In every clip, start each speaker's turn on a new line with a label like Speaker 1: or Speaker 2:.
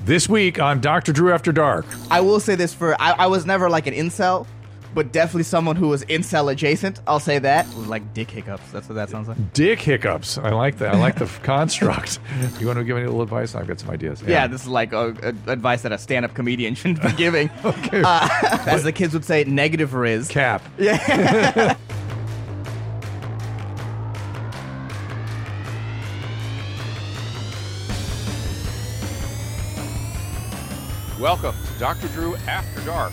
Speaker 1: This week on Dr. Drew After Dark.
Speaker 2: I will say this for I, I was never like an incel, but definitely someone who was incel adjacent. I'll say that. Like dick hiccups. That's what that sounds like.
Speaker 1: Dick hiccups. I like that. I like the f- construct. You want to give any little advice? I've got some ideas.
Speaker 2: Yeah, this is like uh uh, advice that a stand-up comedian shouldn't be giving.
Speaker 1: Okay.
Speaker 2: Uh, as the kids would say, negative riz.
Speaker 1: Cap.
Speaker 3: Welcome to Dr. Drew After Dark.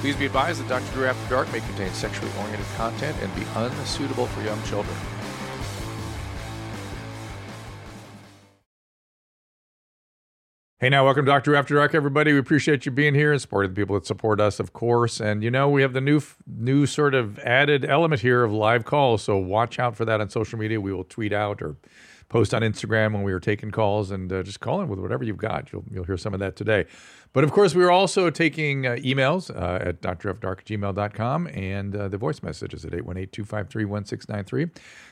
Speaker 3: Please be advised that Dr. Drew After Dark may contain sexually oriented content and be unsuitable for young children.
Speaker 1: Hey, now, welcome to Dr. After Dark, everybody. We appreciate you being here and supporting the people that support us, of course. And, you know, we have the new, f- new sort of added element here of live calls. So watch out for that on social media. We will tweet out or post on Instagram when we are taking calls and uh, just call in with whatever you've got. You'll, you'll hear some of that today. But of course, we are also taking uh, emails uh, at drfdark@gmail.com and uh, the voice messages at 818-253-1693.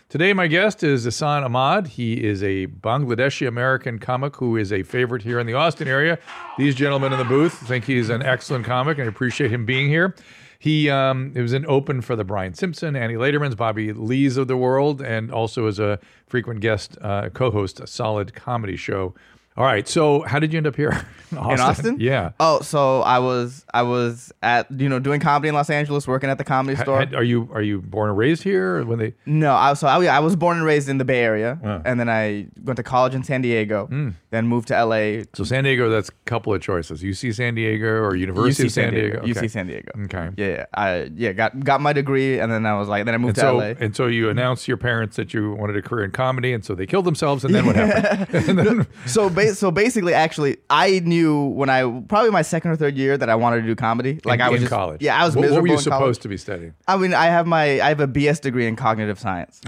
Speaker 1: Today, my guest is Asan Ahmad. He is a Bangladeshi American comic who is a favorite here in the Austin area. These gentlemen in the booth think he's an excellent comic and I appreciate him being here. He um, it was an open for the Brian Simpson, Annie Laterman's, Bobby Lee's of the world, and also as a frequent guest uh, co-host, a solid comedy show. All right, so how did you end up here
Speaker 2: In Austin?
Speaker 1: Yeah.
Speaker 2: Oh, so I was I was at you know doing comedy in Los Angeles, working at the comedy store.
Speaker 1: Had- Are you are you born and raised here? Or when they
Speaker 2: No, I was, so I, I was born and raised in the Bay Area,
Speaker 1: Wow.
Speaker 2: and then I went to college in San Diego, then moved to LA.
Speaker 1: so San Diego, that's a couple of choices: UC San Diego or University of San Diego. Okay.
Speaker 2: UC San Diego.
Speaker 1: Okay.
Speaker 2: Yeah, yeah, I yeah got got my degree, and then I was like, then I
Speaker 1: And
Speaker 2: moved to
Speaker 1: so,
Speaker 2: LA.
Speaker 1: and so you announced to your parents that you wanted a career in comedy, and so they killed themselves. And then what happened? And then-
Speaker 2: so ba- so basically, actually, I knew when I probably my second or third year that I wanted to do comedy.
Speaker 1: in,
Speaker 2: Like I
Speaker 1: in
Speaker 2: was just-
Speaker 1: college.
Speaker 2: Yeah, I was
Speaker 1: What,
Speaker 2: miserable.
Speaker 1: what were you
Speaker 2: in
Speaker 1: supposed
Speaker 2: college.
Speaker 1: to be studying?
Speaker 2: I mean, I have my I have a BS degree in cognitive science.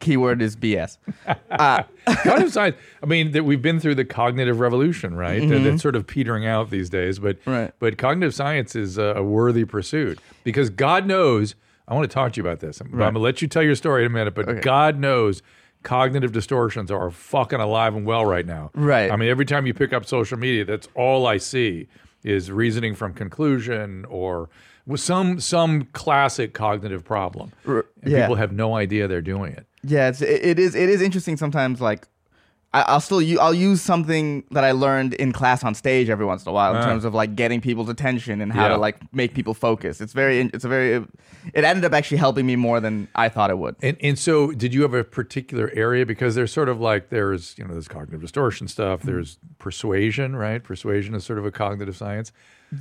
Speaker 2: Keyword is BS.
Speaker 1: cognitive science. I mean, that we've been through the cognitive revolution, right? That That's sort of petering out these days. But
Speaker 2: Mm-hmm. Right.
Speaker 1: but cognitive science is a, a worthy pursuit because God knows. I want to talk to you about this. I'm, I'm gonna let you tell your story in a minute. But God knows. Cognitive distortions are fucking alive and well right now.
Speaker 2: Right.
Speaker 1: I mean, every time you pick up social media, that's all I see is reasoning from conclusion or with some some classic cognitive problem. And
Speaker 2: yeah.
Speaker 1: people have no idea they're doing it.
Speaker 2: Yeah, it's, it, it is. It is interesting sometimes. Like, I, I'll still u- I'll use something that I learned in class on stage every once in a while in terms of like getting people's attention and how
Speaker 1: Ah. Yeah.
Speaker 2: to like make people focus. It's very. in- It's a very. It ended up actually helping me more than I thought it would.
Speaker 1: And and so did you have a particular area because there's sort of like there's you know there's cognitive distortion stuff
Speaker 2: Mm-hmm.
Speaker 1: there's persuasion right persuasion is sort of a cognitive science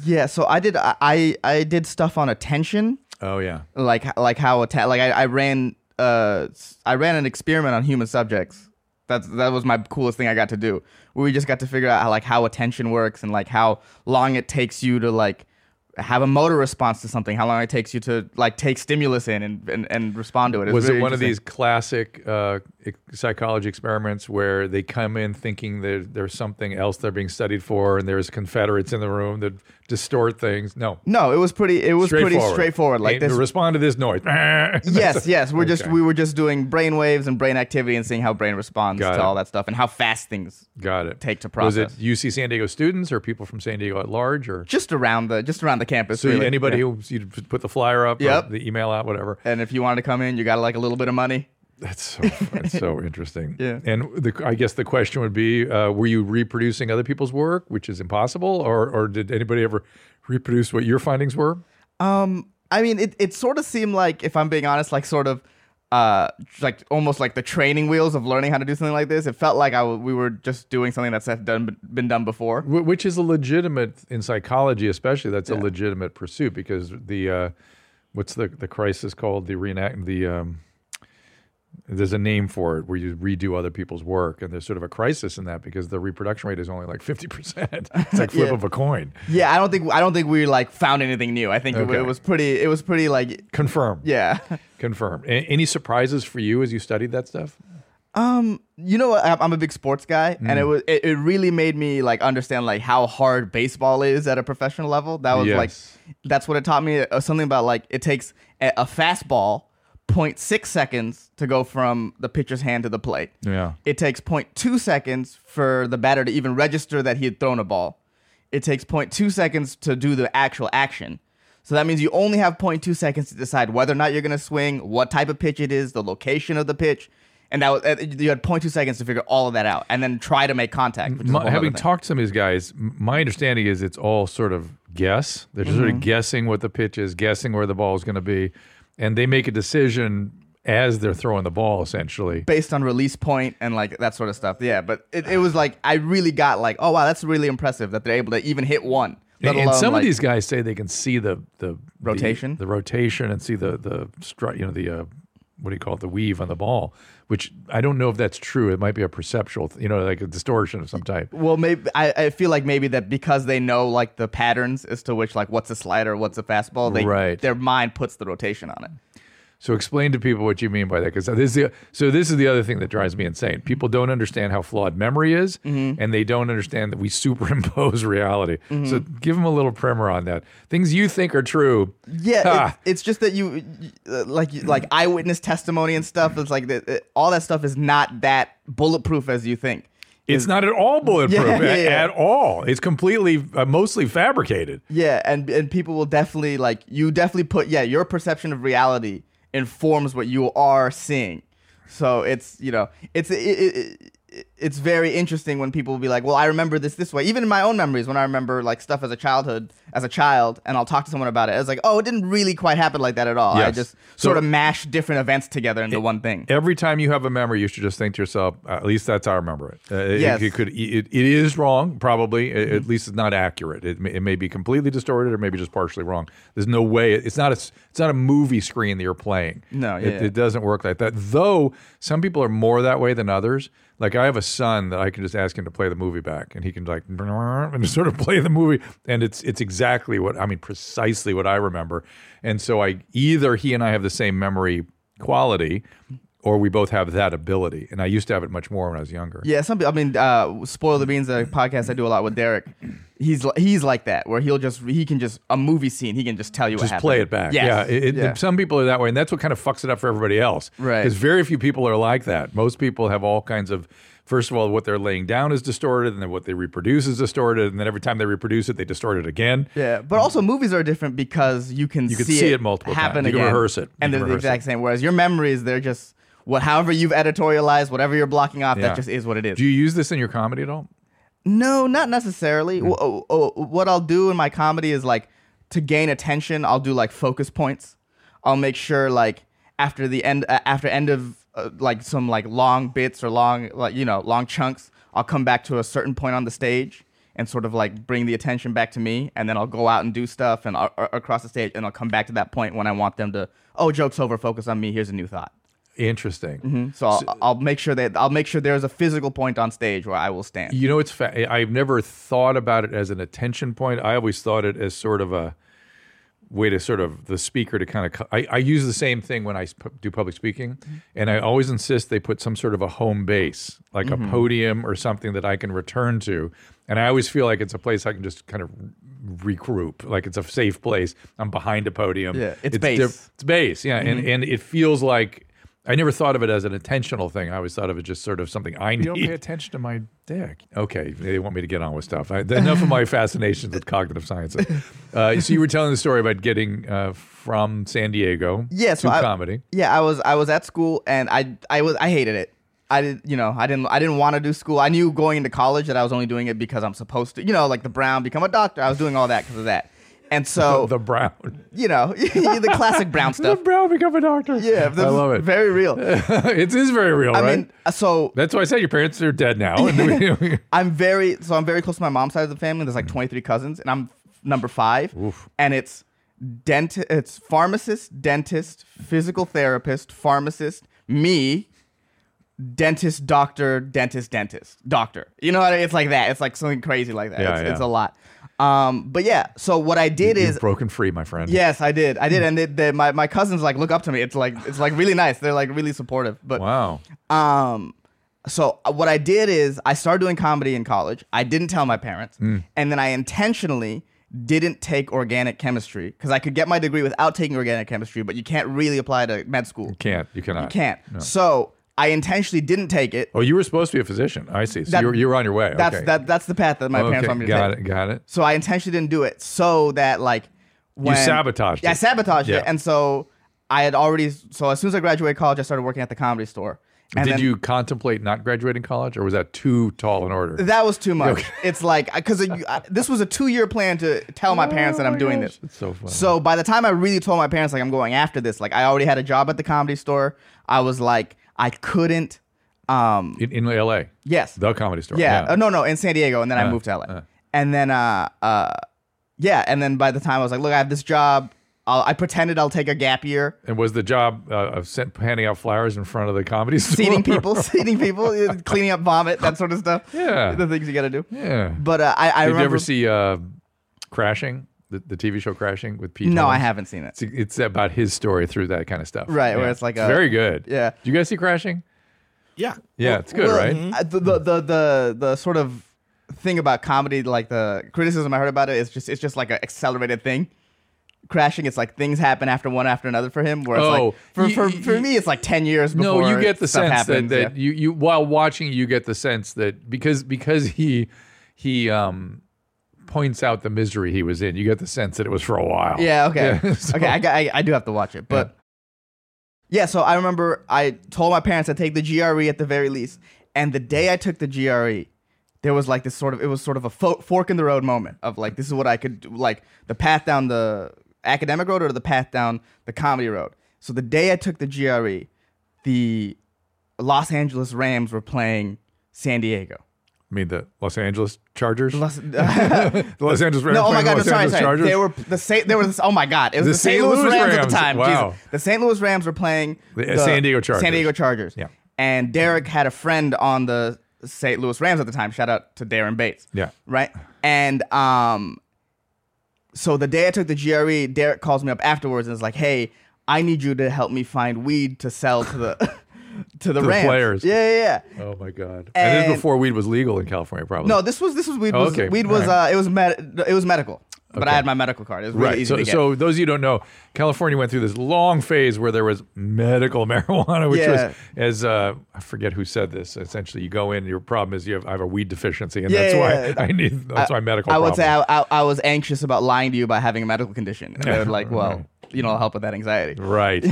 Speaker 2: Yeah. So I did. I I, I did stuff on attention,
Speaker 1: oh yeah
Speaker 2: like like how atta- like I, I ran uh s- I ran an experiment on human subjects. That's that was my coolest thing I got to do. Where we just got to figure out how, like how attention works and like how long it takes you to like have a motor response to something. How long it takes you to like take stimulus in and and, and respond to it. It's
Speaker 1: was it
Speaker 2: very
Speaker 1: one of these
Speaker 2: interesting.
Speaker 1: classic uh, ex- psychology experiments where they come in thinking that there's something else they're being studied for and there's Confederates in the room that distort things no
Speaker 2: No, it was pretty. It was pretty straightforward. Like
Speaker 1: Aim to
Speaker 2: this.
Speaker 1: respond to this noise
Speaker 2: Yes, yes. We're just
Speaker 1: Okay.
Speaker 2: we were just doing brain waves and brain activity and seeing how brain responds
Speaker 1: Got
Speaker 2: to
Speaker 1: it.
Speaker 2: all that stuff and how fast things
Speaker 1: got it
Speaker 2: take to
Speaker 1: was
Speaker 2: process.
Speaker 1: it UC San Diego students or people from San Diego at large or
Speaker 2: just around the just around the campus.
Speaker 1: So
Speaker 2: really.
Speaker 1: anybody
Speaker 2: Yeah.
Speaker 1: who you put the flyer up, or
Speaker 2: Yep.
Speaker 1: the email out, whatever.
Speaker 2: and if you wanted to come in, you got like a little bit of money.
Speaker 1: That's so that's so interesting.
Speaker 2: Yeah.
Speaker 1: And the, I guess the question would be, uh, were you reproducing other people's work, which is impossible, or or did anybody ever reproduce what your findings were?
Speaker 2: Um, I mean, it it sort of seemed like, if I'm being honest, like sort of, uh, like almost like the training wheels of learning how to do something like this. It felt like I w- we were just doing something that's done been done before.
Speaker 1: Wh- Which is a legitimate in psychology, especially. That's a legitimate pursuit because the uh, what's the the crisis called? The reenact the um, there's a name for it where you redo other people's work, and there's sort of a crisis in that because the reproduction rate is only like fifty percent. It's like flip
Speaker 2: Yeah.
Speaker 1: of a coin.
Speaker 2: Yeah, I don't think I don't think we like found anything new. I think it,
Speaker 1: Okay.
Speaker 2: it was pretty. It was pretty like
Speaker 1: Confirm.
Speaker 2: yeah.
Speaker 1: Confirm. A- any surprises for you as you studied that stuff?
Speaker 2: Um, You know, what? I'm I'm a big sports guy, and it was it, it really made me like understand like how hard baseball is at a professional level. That was
Speaker 1: Yes.
Speaker 2: like that's what it taught me. uh, Something about like it takes a, a fastball 0.6 seconds to go from the pitcher's hand to the plate.
Speaker 1: Yeah.
Speaker 2: It takes 0.2 seconds for the batter to even register that he had thrown a ball. It takes 0.2 seconds to do the actual action. So that means you only have 0.2 seconds to decide whether or not you're going to swing, what type of pitch it is, the location of the pitch. And that was, uh, you had 0.2 seconds to figure all of that out and then try to make contact. Which is a
Speaker 1: My,
Speaker 2: whole
Speaker 1: having
Speaker 2: other thing.
Speaker 1: talked to some of these guys, m- my understanding is it's all sort of guess. They're just sort
Speaker 2: Mm-hmm.
Speaker 1: of guessing what the pitch is, guessing where the ball is going to be, and they make a decision as they're throwing the ball, essentially.
Speaker 2: based on release point and like that sort of stuff. Yeah, but it, it was like I really got like, oh wow, that's really impressive that they're able to even hit one. Let
Speaker 1: And, and
Speaker 2: alone
Speaker 1: some
Speaker 2: like,
Speaker 1: of these guys say they can see the the
Speaker 2: Rotation?
Speaker 1: the, the rotation, and see the the strut, you know, the uh, what do you call it, the weave on the ball. Which I don't know if that's true. It might be a perceptual, th- you know, like a distortion of some type.
Speaker 2: Well, maybe I, I feel like maybe that because they know like the patterns as to which like what's a slider, what's a fastball, they
Speaker 1: Right.
Speaker 2: their mind puts the rotation on it.
Speaker 1: So explain to people what you mean by that, because this is the, so this is the other thing that drives me insane. People don't understand how flawed memory is, and they don't understand that we superimpose reality. So give them a little primer on that. Things you think are true,
Speaker 2: Yeah,
Speaker 1: Ha.
Speaker 2: it's, it's just that you uh, like you- like eyewitness testimony and stuff. It's like the, it, all that stuff is not that bulletproof as you think.
Speaker 1: it's not at all bulletproof
Speaker 2: Yeah, yeah,
Speaker 1: a-
Speaker 2: yeah.
Speaker 1: at all. It's completely uh, mostly fabricated.
Speaker 2: Yeah, and and people will definitely like you definitely put yeah your perception of reality informs what you are seeing. So it's you know it's it, it, it, it's very interesting when people will be like, well, I remember this this way. Even in my own memories, when I remember like stuff as a childhood as a child, and I'll talk to someone about it, it's like, oh, it didn't really quite happen like that at all. I
Speaker 1: Yes.
Speaker 2: just
Speaker 1: So-
Speaker 2: sort of mashed different events together into one thing.
Speaker 1: Every time you have a memory, you should just think to yourself, uh, at least that's how I remember it. Uh, it-
Speaker 2: Yes. Mm-hmm.
Speaker 1: it, could. It, it is wrong, probably. A- At least it's not accurate. It may, it may be completely distorted, or maybe just partially wrong. There's no way. It's not a. s- It's not a movie screen that you're playing.
Speaker 2: No, yeah,
Speaker 1: it,
Speaker 2: yeah.
Speaker 1: it doesn't work like that. Though some people are more that way than others. Like I have a son that I can just ask him to play the movie back, and he can like and just sort of play the movie, and it's it's exactly what I mean, precisely what I remember. And so I either he and I have the same memory quality, or we both have that ability. And I used to have it much more when I was younger.
Speaker 2: Yeah, some. peo- I mean, uh, spoil the beans. A podcast I do a lot with Derek. He's li- he's like that, where he'll just he can just a movie scene. He can just tell you what
Speaker 1: Just
Speaker 2: happened.
Speaker 1: play it back.
Speaker 2: Yes.
Speaker 1: Yeah, it- it-
Speaker 2: yeah.
Speaker 1: Some people are that way, and that's what kind of fucks it up for everybody else.
Speaker 2: Right.
Speaker 1: Because very few people are like that. Most people have all kinds of. First of all, what they're laying down is distorted, and then what they reproduce is distorted, and then every time they reproduce it, they distort it again.
Speaker 2: Yeah, but also movies are different because you can
Speaker 1: You
Speaker 2: see,
Speaker 1: can see it multiple times.
Speaker 2: happen
Speaker 1: You can
Speaker 2: again,
Speaker 1: rehearse it. You
Speaker 2: and
Speaker 1: can
Speaker 2: they're the
Speaker 1: rehearse
Speaker 2: exact same. Whereas your memories, they're just what, however you've editorialized, whatever you're blocking off,
Speaker 1: Yeah.
Speaker 2: that just is what it is.
Speaker 1: Do you use this in your comedy at all?
Speaker 2: No, not necessarily. Wh- oh, oh, What I'll do in my comedy is like to gain attention, I'll do like focus points. I'll make sure like after the end uh, after end of uh, like some like long bits or long like you know long chunks, I'll come back to a certain point on the stage and sort of like bring the attention back to me and then I'll go out and do stuff and a- a- across the stage and I'll come back to that point when I want them to oh joke's over focus on me here's a new thought.
Speaker 1: Interesting.
Speaker 2: So I'll, I'll make sure that I'll make sure there's a physical point on stage where I will stand.
Speaker 1: You know, it's fa- I've never thought about it as an attention point. I always thought it as sort of a way to sort of the speaker to kind of. co- I, I use the same thing when I sp- do public speaking,
Speaker 2: Mm-hmm.
Speaker 1: and I always insist they put some sort of a home base, like a
Speaker 2: Mm-hmm.
Speaker 1: podium or something that I can return to. And I always feel like it's a place I can just kind of regroup, like it's a safe place. I'm behind a podium.
Speaker 2: Yeah, it's
Speaker 1: diff-
Speaker 2: base.
Speaker 1: it's base, yeah, and and it feels like. I never thought of it as an intentional thing. I always thought of it just sort of something I need. You don't pay attention to my dick. Okay, they want me to get on with stuff. I, enough of my fascinations with cognitive sciences. Uh, so you were telling the story about getting uh, from San Diego
Speaker 2: Yeah,
Speaker 1: to
Speaker 2: so I-
Speaker 1: comedy.
Speaker 2: Yeah, I was I was at school and I I was I hated it. I did you know I didn't I didn't want to do school. I knew going into college that I was only doing it because I'm supposed to. You know, like the Brown become a doctor. I was doing all that because of that. And so
Speaker 1: The Brown.
Speaker 2: you know Oh. the classic Brown
Speaker 1: The
Speaker 2: stuff.
Speaker 1: Brown become a doctor.
Speaker 2: Yeah, this
Speaker 1: I
Speaker 2: is
Speaker 1: love it.
Speaker 2: Very real.
Speaker 1: it is very real,
Speaker 2: I
Speaker 1: right?
Speaker 2: mean, uh, so
Speaker 1: That's why I said your parents are dead now. And we-
Speaker 2: I'm very so I'm very close to my mom's side of the family. There's like 23 cousins, and I'm number five.
Speaker 1: Oof.
Speaker 2: And it's dent it's pharmacist, dentist, physical therapist, pharmacist, me, dentist, doctor, dentist, dentist, doctor. You know what I mean? It's like that. It's like something crazy like that.
Speaker 1: Yeah,
Speaker 2: it's, it's
Speaker 1: yeah.
Speaker 2: a lot. Um, but yeah. So what I did
Speaker 1: You've
Speaker 2: is
Speaker 1: broken free, my friend.
Speaker 2: yes, I did, I did, and they, they, my my cousins like look up to me. It's like it's like really nice. They're like really supportive. But
Speaker 1: Wow.
Speaker 2: um, so what
Speaker 1: Hmm.
Speaker 2: I did is I started doing comedy in college. I didn't tell my parents, and then I intentionally didn't take organic chemistry because I could get my degree without taking organic chemistry, but you can't really apply to med school.
Speaker 1: Can't. You cannot.
Speaker 2: You can't. So I intentionally didn't take it.
Speaker 1: Oh, you were supposed to be a physician. I see. So
Speaker 2: That-
Speaker 1: you're, you're on your way.
Speaker 2: That's
Speaker 1: okay.
Speaker 2: that. That's the path that my
Speaker 1: Okay.
Speaker 2: parents wanted me to
Speaker 1: got
Speaker 2: take.
Speaker 1: it. Got it.
Speaker 2: So I intentionally didn't do it so that like when
Speaker 1: sabotaged
Speaker 2: Yeah, I
Speaker 1: it.
Speaker 2: sabotaged
Speaker 1: Yeah.
Speaker 2: it, and so I had already. So as soon as I graduated college, I started working at the comedy store. And
Speaker 1: Did
Speaker 2: then-
Speaker 1: you contemplate not graduating college, or was that too tall an order?
Speaker 2: That was too much. It's like because this was a two-year plan to tell my parents
Speaker 1: Oh
Speaker 2: that I'm doing this.
Speaker 1: It's so funny.
Speaker 2: So by the time I really told my parents like I'm going after this, like I already had a job at the comedy store. I was like I couldn't. Um.
Speaker 1: in, in L.A.,
Speaker 2: Yes.
Speaker 1: the Uh, comedy store.
Speaker 2: yeah. Uh, no. No. In San Diego, and then I moved to LA, and then uh uh yeah, and then by the time I was like, look, I have this job. I'll, I pretended I'll take a gap year.
Speaker 1: And was the job uh, of sent, handing out flyers in front of the comedy store?
Speaker 2: Seating people, seating people, uh, cleaning up vomit, that sort of stuff.
Speaker 1: Yeah.
Speaker 2: the things you got to do.
Speaker 1: Yeah.
Speaker 2: But uh, I, I
Speaker 1: Did
Speaker 2: remember.
Speaker 1: you ever see uh, Crashing, the, the TV show Crashing with Pete?
Speaker 2: no, I
Speaker 1: Holmes?
Speaker 2: haven't seen it.
Speaker 1: It's, it's about his story through that kind of stuff.
Speaker 2: Right, where it's like a-
Speaker 1: very good.
Speaker 2: yeah.
Speaker 1: Do you guys see Crashing?
Speaker 4: Yeah.
Speaker 1: Yeah, it's good,
Speaker 2: Well,
Speaker 1: right?
Speaker 2: uh, The, the the the the sort of thing about comedy, like the criticism I heard about it, is just it's just like an accelerated thing. Crashing, it's like things happen after one after another for him. Where it's
Speaker 1: Oh,
Speaker 2: like for,
Speaker 1: y-
Speaker 2: for,
Speaker 1: y-
Speaker 2: for me, it's like ten years. Before
Speaker 1: No, you get the
Speaker 2: stuff
Speaker 1: sense
Speaker 2: happens,
Speaker 1: that,
Speaker 2: yeah.
Speaker 1: that you you while watching, you get the sense that because because he he um points out the misery he was in, you get the sense that it was for a while.
Speaker 2: Yeah. Okay.
Speaker 1: Yeah, so-
Speaker 2: okay. I, got- I I do have to watch it, but yeah. So I remember I told my parents I'd take the GRE at the very least, and the day I took the GRE, there was like this sort of it was sort of a fo- fork in the road moment of like this is what I could do, like the path down the academic road or the path down the comedy road. So the day I took the GRE, the Los Angeles Rams were playing San Diego.
Speaker 1: I mean the Los Angeles Chargers,
Speaker 2: Los-
Speaker 1: the Los Angeles Rams,
Speaker 2: No, oh my
Speaker 1: playing the
Speaker 2: God, no,
Speaker 1: Los
Speaker 2: sorry,
Speaker 1: Angeles
Speaker 2: sorry.
Speaker 1: Chargers.
Speaker 2: They were the St. There was oh my God, it was the, St. Louis Rams, at the time.
Speaker 1: wow.
Speaker 2: Jesus. the St. Louis Rams were playing
Speaker 1: The, uh, San Diego Chargers.
Speaker 2: San Diego Chargers.
Speaker 1: Yeah.
Speaker 2: and Derek had a friend on the St. Louis Rams at the time. Shout out to Darren Bates.
Speaker 1: Yeah.
Speaker 2: right. And um, so the day I took the GRE, Derek calls me up afterwards and is like, "Hey, I need you to help me find weed to sell to the." To the, Rams.
Speaker 1: players.
Speaker 2: Yeah, yeah, yeah.
Speaker 1: Oh my God! And, this is
Speaker 2: And-
Speaker 1: before weed was legal in California, probably.
Speaker 2: No, this was this was weed.
Speaker 1: Oh,
Speaker 2: Was,
Speaker 1: okay.
Speaker 2: Weed
Speaker 1: All
Speaker 2: was
Speaker 1: right.
Speaker 2: uh, it was med- it was medical, but I
Speaker 1: Okay.
Speaker 2: had my medical card. It was really
Speaker 1: right.
Speaker 2: easy
Speaker 1: So,
Speaker 2: to get.
Speaker 1: so those of you who don't know, California went through this long phase where there was medical marijuana, which
Speaker 2: Yeah.
Speaker 1: was as uh, I forget who said this. Essentially, you go in, your problem is you have I have a weed deficiency, and
Speaker 2: Yeah,
Speaker 1: that's
Speaker 2: yeah,
Speaker 1: why
Speaker 2: yeah.
Speaker 1: I need that's
Speaker 2: I-
Speaker 1: my medical.
Speaker 2: I would
Speaker 1: problem.
Speaker 2: say I, I, I was anxious about lying to you about having a medical condition. And they were like, well, you know, I'll help with that anxiety.
Speaker 1: right.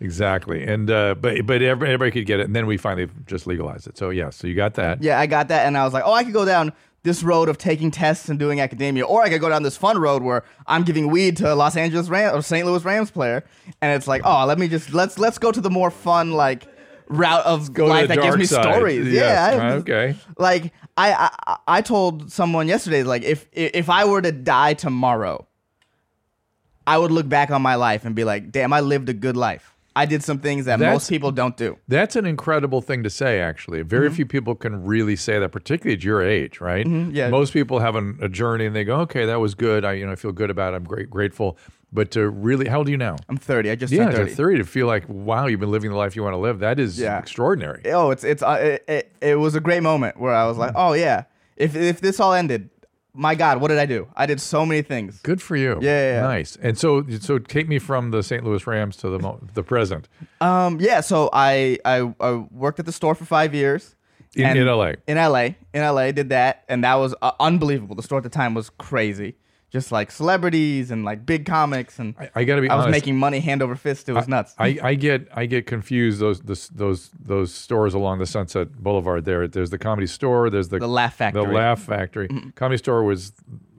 Speaker 1: Exactly, and uh, but but everybody, everybody could get it, and then we finally just legalized it. So yeah, so you got that.
Speaker 2: Yeah, I got that. And I was like, oh, I could go down this road of taking tests and doing academia, or I could go down this fun road where I'm giving weed to a Los Angeles Rams or St. Louis Rams player. And it's like, oh, let me just, let's, let's go to the more fun, like, route of
Speaker 1: Go to
Speaker 2: life
Speaker 1: the
Speaker 2: that gives
Speaker 1: dark
Speaker 2: me
Speaker 1: side.
Speaker 2: stories.
Speaker 1: Yes. Uh,
Speaker 2: Yeah. I-
Speaker 1: okay.
Speaker 2: Like, I, I, I told someone yesterday, like, if, if I were to die tomorrow, I would look back on my life and be like, damn, I lived a good life. I did some things that
Speaker 1: That's-
Speaker 2: most people don't do.
Speaker 1: That's an incredible thing to say, actually. Very
Speaker 2: Mm-hmm.
Speaker 1: few people can really say that, particularly at your age, right?
Speaker 2: yeah.
Speaker 1: Most people have an, a journey and they go, okay, that was good. I, you know, I feel good about it. I'm great, grateful. But to really, how old are you now?
Speaker 2: I'm 30. I just
Speaker 1: yeah,
Speaker 2: turned 30.
Speaker 1: to 30, to feel like, wow, you've been living the life you want to live. That is
Speaker 2: Yeah.
Speaker 1: extraordinary.
Speaker 2: Oh, it's it's uh, it, it, it was a great moment where I was like, oh yeah, if if this all ended, my God, what did I do? I did so many things.
Speaker 1: Good for you.
Speaker 2: Yeah, yeah, yeah.
Speaker 1: Nice. And so, so take me from the St. Louis Rams to the mo- the present
Speaker 2: Um, yeah. So I I, I worked at the store for five years
Speaker 1: in,
Speaker 2: and-
Speaker 1: in LA.
Speaker 2: in LA. In LA, did that, and that was uh, unbelievable. The store at the time was crazy, just like celebrities and like big comics, and
Speaker 1: I, I got to be
Speaker 2: I was
Speaker 1: honest.
Speaker 2: making money hand over fist. It was nuts.
Speaker 1: I, I get I get confused those this, those those stores along the Sunset Boulevard there. There's the Comedy Store. There's the
Speaker 2: The Laugh Factory. Mm-hmm.
Speaker 1: The Laugh Factory. Comedy Store was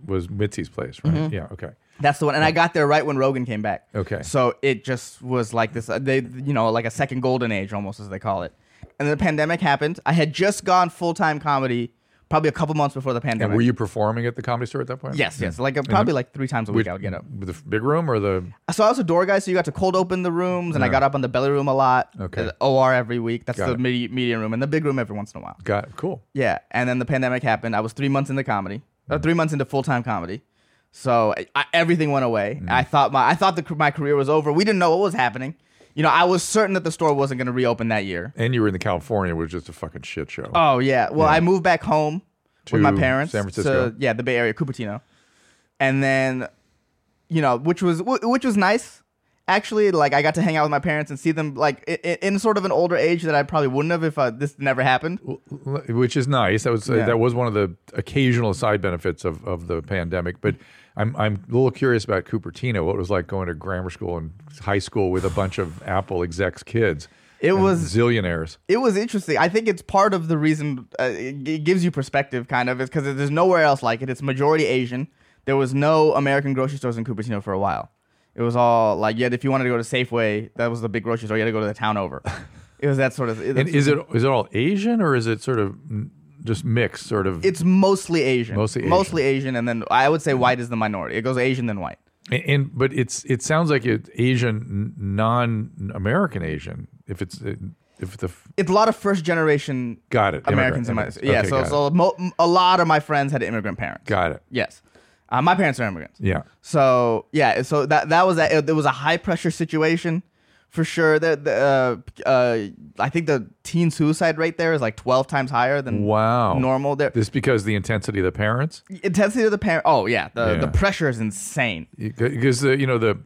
Speaker 1: was Mitzi's place, right? Yeah. Okay.
Speaker 2: That's the one. And I got there right when Rogan came back.
Speaker 1: Okay.
Speaker 2: So it just was like this, uh, they, you know, like a second golden age almost, as they call it. And the pandemic happened. I had just gone full time comedy probably a couple months before the pandemic.
Speaker 1: And were you performing at the Comedy Store at that point?
Speaker 2: Yes,
Speaker 1: Yeah.
Speaker 2: yes. Like uh, probably like three times a week
Speaker 1: Which-
Speaker 2: I would get up.
Speaker 1: with the f- big room or the
Speaker 2: So I was a door guy, so you got to cold open the rooms, and I got up on the belly room a lot.
Speaker 1: Ah. Okay.
Speaker 2: The OR every week. That's
Speaker 1: Got
Speaker 2: the
Speaker 1: it.
Speaker 2: medi- medium room, and the big room every once in a while.
Speaker 1: got cool.
Speaker 2: Yeah, and then the pandemic happened. I was three months into comedy,
Speaker 1: Mm.
Speaker 2: uh, three months into full time comedy, so I, I, everything went away.
Speaker 1: Mm.
Speaker 2: I thought my I thought the, my career was over. We didn't know what was happening. You know, I was certain that the store wasn't going to reopen that year.
Speaker 1: And you were in the California, which was just a fucking shit show.
Speaker 2: Oh yeah. Well, I moved back home Uh, with my
Speaker 1: To
Speaker 2: parents.
Speaker 1: San Francisco?
Speaker 2: To, yeah, the Bay Area, Cupertino. and then you know, which was wh- which was nice. Actually, like I got to hang out with my parents and see them like i- i- in sort of an older age that I probably wouldn't have if uh, this never happened.
Speaker 1: which is nice. That was uh,
Speaker 2: Yeah.
Speaker 1: that was one of the occasional side benefits of, of the pandemic. But I'm I'm a little curious about Cupertino. What it was like going to grammar school and high school with a bunch of Apple execs kids?
Speaker 2: It
Speaker 1: and
Speaker 2: was-
Speaker 1: zillionaires.
Speaker 2: It was interesting. I think it's part of the reason uh, it g- it gives you perspective, kind of, is because there's nowhere else like it. It's majority Asian. There was no American grocery stores in Cupertino for a while. It was all like, yet if you wanted to go to Safeway, that was the big grocery store. You had to go to the town over. It was that sort of.
Speaker 1: And is it is it all Asian or is it sort of mm, just mixed? Sort of
Speaker 2: It's mostly Asian.
Speaker 1: Mostly Asian. Mm-hmm.
Speaker 2: Mostly Asian, and then I would say white is the minority. It goes Asian then white.
Speaker 1: And, and but it's it sounds like it Asian, n- non-American Asian. If it's uh, if the f-
Speaker 2: It's a lot of first generation
Speaker 1: got it
Speaker 2: Americans in my
Speaker 1: immigrants.
Speaker 2: yeah.
Speaker 1: Okay,
Speaker 2: so
Speaker 1: got, it.
Speaker 2: so mo- a lot of my friends had immigrant parents.
Speaker 1: got it.
Speaker 2: yes, uh, my parents are immigrants.
Speaker 1: Yeah.
Speaker 2: So yeah, so that that was that. It, was a high pressure situation for sure. The, the uh, uh, I think the teen suicide rate there is like twelve times higher than
Speaker 1: Wow.
Speaker 2: normal. There,
Speaker 1: This because the intensity of the parents.
Speaker 2: intensity of the parent. Oh yeah, the
Speaker 1: Yeah.
Speaker 2: the pressure is insane.
Speaker 1: because the you know the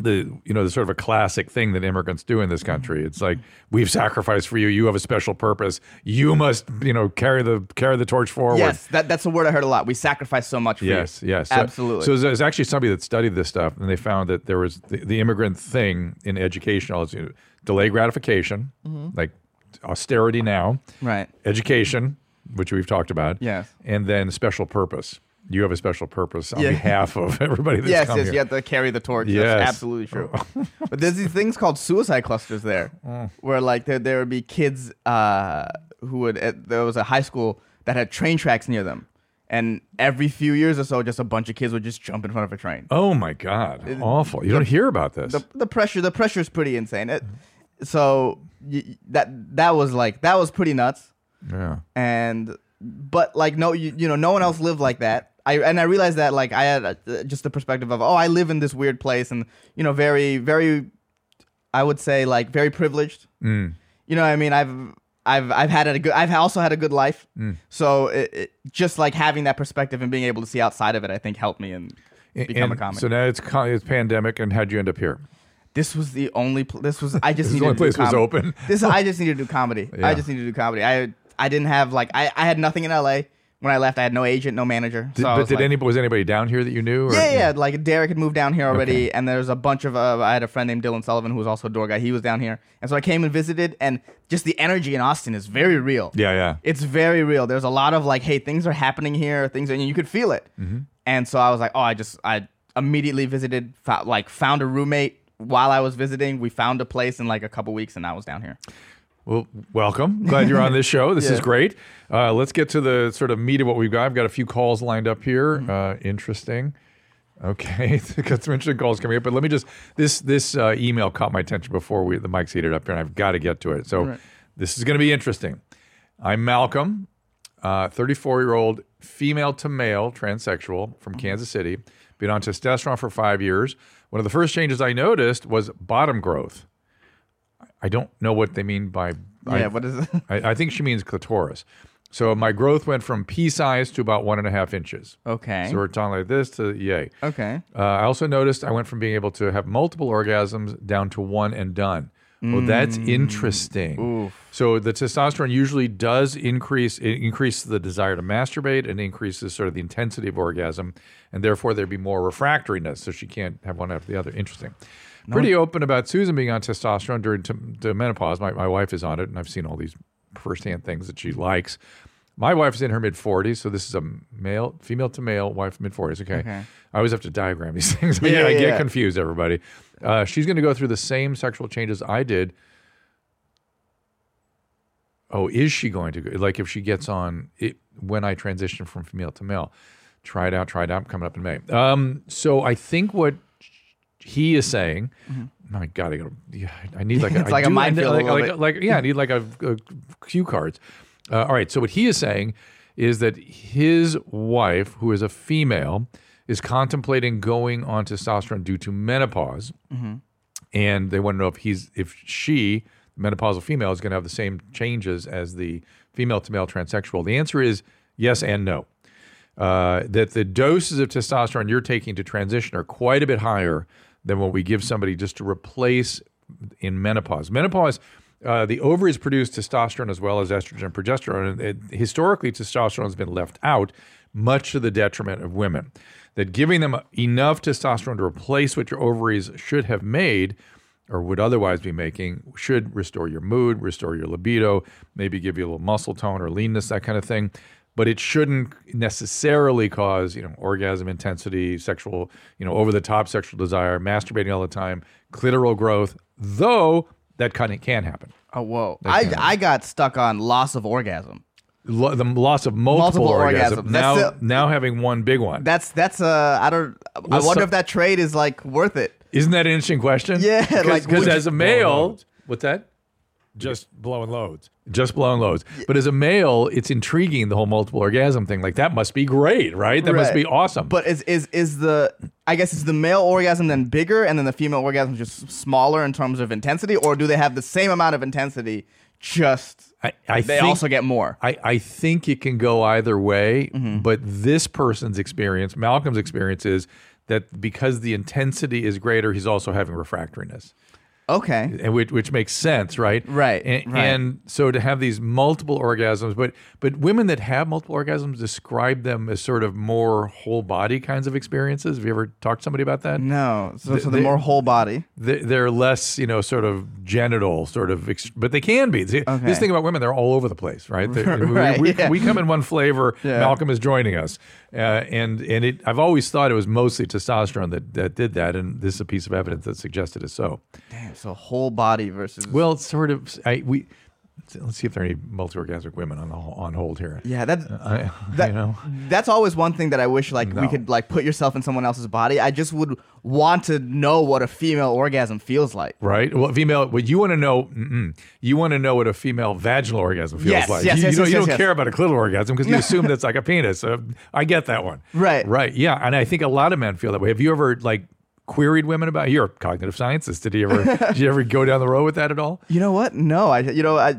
Speaker 1: the you know the sort of a classic thing that immigrants do
Speaker 2: Mm-hmm.
Speaker 1: in this country it's like we've sacrificed for you you have a special purpose you must you know carry the carry the torch forward
Speaker 2: Yes, that that's a word I heard a lot. We sacrifice so much. For you.
Speaker 1: yes yes So-
Speaker 2: absolutely.
Speaker 1: so, there's actually somebody that studied this stuff and they found that there was the, the immigrant thing in education all you know, delay gratification
Speaker 2: Mm-hmm.
Speaker 1: like austerity now
Speaker 2: right.
Speaker 1: education, which we've talked about.
Speaker 2: Yes.
Speaker 1: And then special purpose. You have a special purpose on
Speaker 2: Yeah.
Speaker 1: behalf of everybody that's
Speaker 2: Yes,
Speaker 1: come
Speaker 2: yes,
Speaker 1: here.
Speaker 2: you have to carry the torch.
Speaker 1: Yes.
Speaker 2: That's absolutely true. but there's these things called suicide clusters there,
Speaker 1: Mm.
Speaker 2: where like there, there would be kids uh, who would. At, there was a high school that had train tracks near them, and every few years or so, just a bunch of kids would just jump in front of a train.
Speaker 1: Oh my God! Awful. You don't hear about this.
Speaker 2: Uh, The, the pressure, the pressure is pretty insane. It, so y- that that was like that was pretty nuts.
Speaker 1: yeah.
Speaker 2: and but like no you, you know no one else lived like that i and i realized that like i had uh, just the perspective of oh i live in this weird place and you know very very i would say like very privileged
Speaker 1: Mm.
Speaker 2: you know what i mean i've I've, I've had a good I've also had a good life, so it, it, just like having that perspective and being able to see outside of it, I think helped me and become a
Speaker 1: And
Speaker 2: comic.
Speaker 1: So now it's con- it's pandemic, and how'd you end up here?
Speaker 2: this was the only pl- this was I
Speaker 1: This
Speaker 2: just
Speaker 1: is
Speaker 2: needed
Speaker 1: the only
Speaker 2: to do
Speaker 1: place was
Speaker 2: comedy.
Speaker 1: open.
Speaker 2: This I just needed to do comedy.
Speaker 1: Yeah.
Speaker 2: I just needed to do comedy. I I didn't have like I, I had nothing in LA when I left. I had no agent, no manager. So
Speaker 1: Did-
Speaker 2: I
Speaker 1: but
Speaker 2: was
Speaker 1: did
Speaker 2: like-
Speaker 1: any was anybody down here that you knew? Or,
Speaker 2: Yeah, yeah. Like Derek had moved down here already, and there's a bunch of. Uh, I had a friend named Dylan Sullivan who was also a door guy. He was down here, and so I came and visited, and just the energy in Austin is very real.
Speaker 1: Yeah, yeah.
Speaker 2: It's very real. There's a lot of like, hey, things are happening here. Things, and you could feel it. And so I was like, oh, I just, I immediately visited, fou- like, found a roommate while I was visiting. We found a place in like a couple weeks, and I was down here.
Speaker 1: Well, welcome. Glad you're on this show. This is
Speaker 2: Yeah.
Speaker 1: great. Uh, let's get to the sort of meat of what we've got. I've got a few calls lined up here.
Speaker 2: Mm-hmm.
Speaker 1: Uh, interesting. Okay, got some interesting calls coming up, but let me just this this uh, email caught my attention before we the mic's heated up here, and I've got to get to it. So this is going to be interesting. I'm Malcolm, 34 year old female to male transsexual from
Speaker 2: Uh-huh.
Speaker 1: Kansas City. Been on testosterone for five years. One of the first changes I noticed was bottom growth. I don't know what they mean by I-
Speaker 2: yeah. what is? it?
Speaker 1: I, I think she means clitoris. So my growth went from pea size to about one and a half inches.
Speaker 2: okay.
Speaker 1: So we're talking like this to yay.
Speaker 2: okay.
Speaker 1: Uh, I also noticed I went from being able to have multiple orgasms down to one and done. Well, that's interesting. So the testosterone usually does increase it increases the desire to masturbate and increases sort of the intensity of orgasm, and therefore there'd be more refractoriness, so she can't have one after the other. Interesting. Pretty open about Susan being on testosterone during t- the menopause. My, my wife is on it, and I've seen all these firsthand things that she likes. My wife is in her mid 40s, so this is a male, female to male wife, mid 40s. Okay. I always have to diagram these things. yeah,
Speaker 2: Yeah,
Speaker 1: I
Speaker 2: yeah,
Speaker 1: get
Speaker 2: yeah.
Speaker 1: confused, everybody. Uh, she's going to go through the same sexual changes I did. Oh, is she going to go? Like, if she gets on it when I transition from female to male, try it out, try it out. I'm coming up in May. Um, so I think what he is saying, my God, I, gotta, yeah, I need like a,
Speaker 2: Mm-hmm. It's like
Speaker 1: I do-
Speaker 2: a
Speaker 1: I need-
Speaker 2: minefield a
Speaker 1: like,
Speaker 2: little
Speaker 1: like-
Speaker 2: bit.
Speaker 1: like yeah, I need like a, a cue cards. Uh, all right, so what he is saying is that his wife, who is a female, is contemplating going on testosterone due to menopause,
Speaker 2: Mm-hmm.
Speaker 1: and they want to know if he's if she, the menopausal female, is going to have the same changes as the female to male transsexual. The answer is yes and no. uh, that the doses of testosterone you're taking to transition are quite a bit higher than what we give somebody just to replace in menopause. Menopause, uh, the ovaries produce testosterone as well as estrogen and progesterone. And it- historically, testosterone has been left out, much to the detriment of women. That giving them enough testosterone to replace what your ovaries should have made or would otherwise be making should restore your mood, restore your libido, maybe give you a little muscle tone or leanness, that kind of thing. But it shouldn't necessarily cause, you know, orgasm intensity, sexual, you know, over the top sexual desire, masturbating all the time, clitoral growth, though that kind of can happen.
Speaker 2: Oh whoa! I, I got stuck on loss of orgasm.
Speaker 1: Lo- the loss of multiple,
Speaker 2: Multiple
Speaker 1: orgasms.
Speaker 2: orgasms.
Speaker 1: Now,
Speaker 2: That's the-
Speaker 1: now having one big one.
Speaker 2: That's that's uh I don't. I
Speaker 1: What's
Speaker 2: wonder
Speaker 1: up?
Speaker 2: if that trade is like worth it.
Speaker 1: Isn't that an interesting question?
Speaker 2: Yeah,
Speaker 1: Because
Speaker 2: like, would you-
Speaker 1: as a male,
Speaker 4: loads.
Speaker 1: what's that?
Speaker 4: Just blowing loads.
Speaker 1: just blowing loads. But as a male, it's intriguing the whole multiple orgasm thing. Like that must be great, right? That must
Speaker 2: Right.
Speaker 1: be awesome.
Speaker 2: But is is is the I guess is the male orgasm then bigger and then the female orgasm just smaller in terms of intensity, or do they have the same amount of intensity? Just
Speaker 1: I, I
Speaker 2: they
Speaker 1: think,
Speaker 2: also get more.
Speaker 1: I, I think it can go either way.
Speaker 2: Mm-hmm.
Speaker 1: But this person's experience, Malcolm's experience, is that because the intensity is greater, he's also having refractoriness.
Speaker 2: Okay.
Speaker 1: and which which makes sense, right?
Speaker 2: Right,
Speaker 1: And,
Speaker 2: right.
Speaker 1: and so to have these multiple orgasms, but but women that have multiple orgasms describe them as sort of more whole body kinds of experiences. Have you ever talked to somebody about that?
Speaker 2: No. So so the
Speaker 1: they-
Speaker 2: more whole body.
Speaker 1: They- They're less, you know, sort of genital, sort of, ex- but they can be. See,
Speaker 2: Okay.
Speaker 1: This thing about women, they're all over the place, right? They're- we-
Speaker 2: Right,
Speaker 1: we,
Speaker 2: yeah.
Speaker 1: we come in one flavor.
Speaker 2: Yeah.
Speaker 1: Malcolm is joining us, uh, and and it. I've always thought it was mostly testosterone that that did that, and this is a piece of evidence that suggested it so.
Speaker 2: Damn. So whole body versus.
Speaker 1: Well, it's sort of. I we let's see if there are any multi-orgasmic women on the, on hold here.
Speaker 2: yeah. That
Speaker 1: I,
Speaker 2: That-
Speaker 1: you know,
Speaker 2: that's always one thing that I wish like we
Speaker 1: No.
Speaker 2: could like put yourself in someone else's body. I just would want to know what a female orgasm feels like.
Speaker 1: right? Well, female. What you want to know? Mm-mm, you want to know what a female vaginal orgasm feels
Speaker 2: Yes,
Speaker 1: like.
Speaker 2: yes,
Speaker 1: you,
Speaker 2: yes,
Speaker 1: you don't,
Speaker 2: yes,
Speaker 1: you
Speaker 2: yes,
Speaker 1: don't
Speaker 2: yes.
Speaker 1: care about a clitoral orgasm because you assume that's like a penis. Uh, I get that one.
Speaker 2: Right.
Speaker 1: Right. Yeah. And I think a lot of men feel that way. Have you ever like? Queried women about you're a cognitive scientist. Did you ever did you ever go down the road with that at all?
Speaker 2: You know what? No, I you know I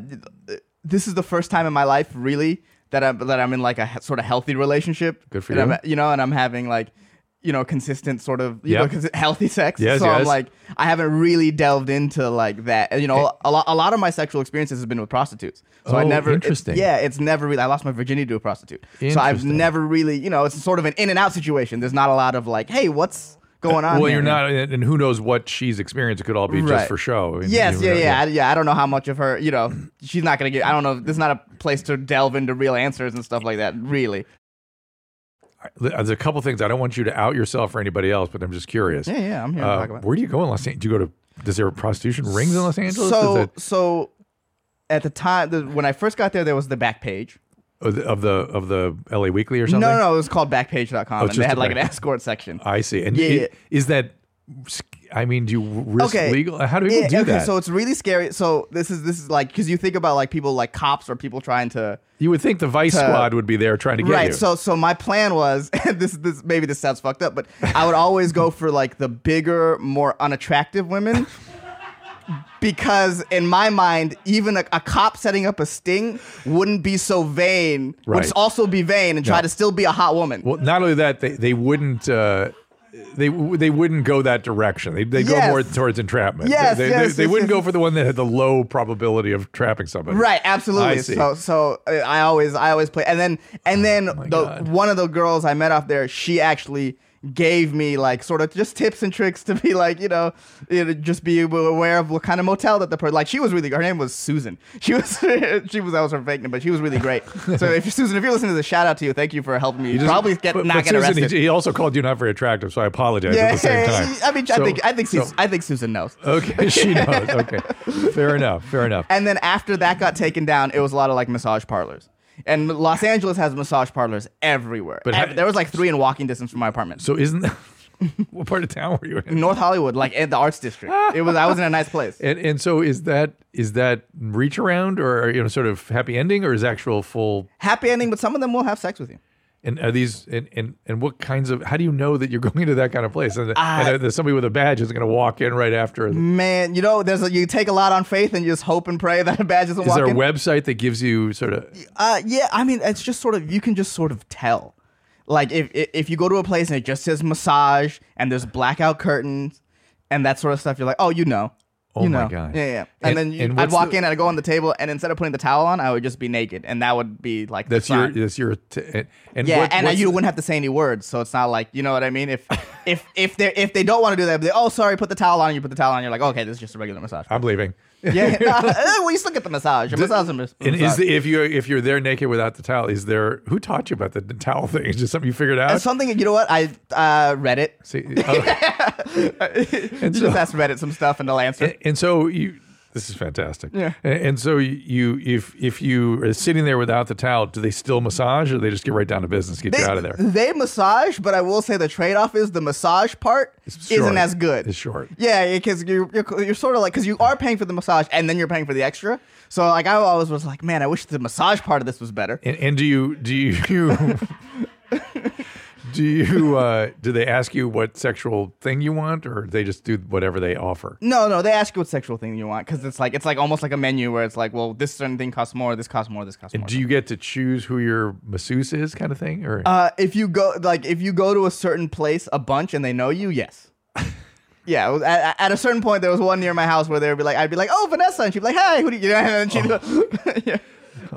Speaker 2: this is the first time in my life really that I'm that I'm in like a he- sort of healthy relationship.
Speaker 1: Good for
Speaker 2: And I'm-
Speaker 1: you.
Speaker 2: you know, and I'm having like you know consistent sort of you
Speaker 1: Yeah.
Speaker 2: know, consi- healthy sex.
Speaker 1: Yes,
Speaker 2: so I'm
Speaker 1: yes.
Speaker 2: like I haven't really delved into like that. And, You know, a lot a lot of my sexual experiences has been with prostitutes. So I
Speaker 1: Eh. Oh,
Speaker 2: never it-
Speaker 1: interesting.
Speaker 2: yeah, it's never really I lost my virginity to a prostitute. So I've
Speaker 1: Interesting.
Speaker 2: never really you know it's sort of an in and out situation. There's not a lot of like hey what's going on.
Speaker 1: well,
Speaker 2: here?
Speaker 1: you're not, and and who knows what she's experienced? It could all be just
Speaker 2: Right.
Speaker 1: for show. And
Speaker 2: Yes,
Speaker 1: you
Speaker 2: yeah,
Speaker 1: know,
Speaker 2: yeah, I, yeah. I don't know how much of her, you know, she's not gonna get. I don't know. This is not a place to delve into real answers and stuff like that. Really.
Speaker 1: There's a couple things I don't want you to out yourself or anybody else, but I'm just curious.
Speaker 2: Yeah, yeah. I'm here to
Speaker 1: Uh,
Speaker 2: talk about.
Speaker 1: where do you go in Los Angeles? Do you go to? Does there prostitution rings in Los Angeles?
Speaker 2: So,
Speaker 1: Is it-
Speaker 2: so at the time the, when I first got there, there was the Backpage.
Speaker 1: of the of the of the LA Weekly or
Speaker 2: No,
Speaker 1: something?
Speaker 2: no, no. It was called Backpage.com,
Speaker 1: Oh,
Speaker 2: and
Speaker 1: just
Speaker 2: they had
Speaker 1: the
Speaker 2: like an
Speaker 1: Backpage. Uh,
Speaker 2: escort section.
Speaker 1: I see. And
Speaker 2: Yeah,
Speaker 1: i-
Speaker 2: yeah.
Speaker 1: is that? I mean, do you risk
Speaker 2: Okay.
Speaker 1: legal? uh, How do people do
Speaker 2: okay,
Speaker 1: that?
Speaker 2: so it's really scary. So this is this is like because you think about like people like cops or people trying to
Speaker 1: you would think the Vice
Speaker 2: to-
Speaker 1: Squad would be there trying to get
Speaker 2: Uh, right.
Speaker 1: you.
Speaker 2: So so my plan was this this maybe this sounds fucked up, but I would always go for like the bigger, more unattractive women. Because in my mind, even a, a cop setting up a sting wouldn't be so vain,
Speaker 1: Right.
Speaker 2: would also be vain and try
Speaker 1: No.
Speaker 2: to still be a hot woman.
Speaker 1: well, not only that, they they wouldn't. Uh, they they wouldn't go that direction. They they go
Speaker 2: Yes.
Speaker 1: more towards entrapment.
Speaker 2: Yes,
Speaker 1: they, they,
Speaker 2: yes,
Speaker 1: they
Speaker 2: yes,
Speaker 1: wouldn't
Speaker 2: yes.
Speaker 1: go for the one that had the low probability of trapping somebody.
Speaker 2: Right, absolutely.
Speaker 1: I see. Oh
Speaker 2: So so uh, I always I always play and then and then
Speaker 1: my
Speaker 2: the
Speaker 1: God.
Speaker 2: one of the girls I met off there, she actually gave me like sort of just tips and tricks to be like, you know, you know just be aware of what kind of motel that the person like she was really her name was Susan. She was she was that was her fake name, but she was really great. so if Susan, if you're listening to this, shout out to you. Thank you for helping me. You
Speaker 1: He just-
Speaker 2: probably get
Speaker 1: but-
Speaker 2: not
Speaker 1: but
Speaker 2: get
Speaker 1: Susan, he-
Speaker 2: arrested.
Speaker 1: He, also called you not very attractive, so I apologize at the same time.
Speaker 2: I mean,
Speaker 1: So-
Speaker 2: I think I think
Speaker 1: so-
Speaker 2: Sus- I think Susan knows.
Speaker 1: Okay, she knows. Okay, fair enough. Fair enough.
Speaker 2: And then after that got taken down, it was a lot of like massage parlors. And Los Angeles has massage parlors everywhere.
Speaker 1: But
Speaker 2: But
Speaker 1: ha-
Speaker 2: there was like three in walking distance from my apartment.
Speaker 1: So isn't that, what part of town were you in?
Speaker 2: North Hollywood, like at the Arts District. It was I was in a nice place.
Speaker 1: And and so is that is that reach around or you know sort of happy ending or is actual full?
Speaker 2: Happy ending, but some of them will have sex with you.
Speaker 1: And are these and, and and what kinds of? How do you know that you're going to that kind of place? And,
Speaker 2: I-
Speaker 1: and that somebody with a badge isn't going to walk in right after.
Speaker 2: Man, you know, there's a, you take a lot on faith and you just hope and pray that a badge doesn't
Speaker 1: is
Speaker 2: walk
Speaker 1: there a
Speaker 2: in.
Speaker 1: website that gives you sort of?
Speaker 2: uh, yeah, I mean, it's just sort of you can just sort of tell. Like if if if you go to a place and it just says massage and there's blackout curtains and that sort of stuff, you're like, oh, you know.
Speaker 1: Oh
Speaker 2: you
Speaker 1: my
Speaker 2: know.
Speaker 1: God.
Speaker 2: Yeah, yeah.
Speaker 1: And-
Speaker 2: And, then you,
Speaker 1: and
Speaker 2: I'd
Speaker 1: what's
Speaker 2: walk
Speaker 1: the-
Speaker 2: in, I'd go on the table, and instead of putting the towel on, I would just be naked, and that would be like the
Speaker 1: That's your
Speaker 2: sign.
Speaker 1: that's your t- and, and
Speaker 2: Yeah,
Speaker 1: what-
Speaker 2: and
Speaker 1: what's
Speaker 2: you
Speaker 1: the-
Speaker 2: wouldn't have to say any words, so it's not like you know what I mean. If if if they if they don't want to do that, they oh sorry, put the towel on. You put the towel on. You're like okay, this is just a regular massage.
Speaker 1: I'm leaving.
Speaker 2: yeah, nah, we still get the massage. A massage is a mas-
Speaker 1: And is
Speaker 2: massage.
Speaker 1: the, if you if you're there naked without the towel, is there who taught you about the, the towel thing? Is just something you figured out?
Speaker 2: That's something you know what I uh, read it.
Speaker 1: See, oh.
Speaker 2: You
Speaker 1: so-
Speaker 2: just ask Reddit some stuff and they'll answer.
Speaker 1: and, and so you this is fantastic.
Speaker 2: Yeah.
Speaker 1: And, and so you if if you are sitting there without the towel, do they still massage or they just get right down to business, get
Speaker 2: they,
Speaker 1: you out of there?
Speaker 2: They massage, but I will say the trade off is the massage part
Speaker 1: short.
Speaker 2: isn't as good.
Speaker 1: It's short.
Speaker 2: Yeah, because you're, you're you're sort of like because you are paying for the massage and then you're paying for the extra. So like I always was like, man, I wish the massage part of this was better.
Speaker 1: And, and do you do you do you uh, do they ask you what sexual thing you want, or they just do whatever they offer?
Speaker 2: No, no, they ask you what sexual thing you want because it's like it's like almost like a menu where it's like, well, this certain thing costs more, this costs more, this costs more.
Speaker 1: Do you get to choose who your masseuse is, kind of thing, or
Speaker 2: Uh, if you go like if you go to a certain place a bunch and they know you, yes. Yeah, it was- at, at a certain point there was one near my house where they would be like, I'd be like, "Oh, Vanessa," and she'd be like, "Hi," who do you?" you know, And then she'd, yeah.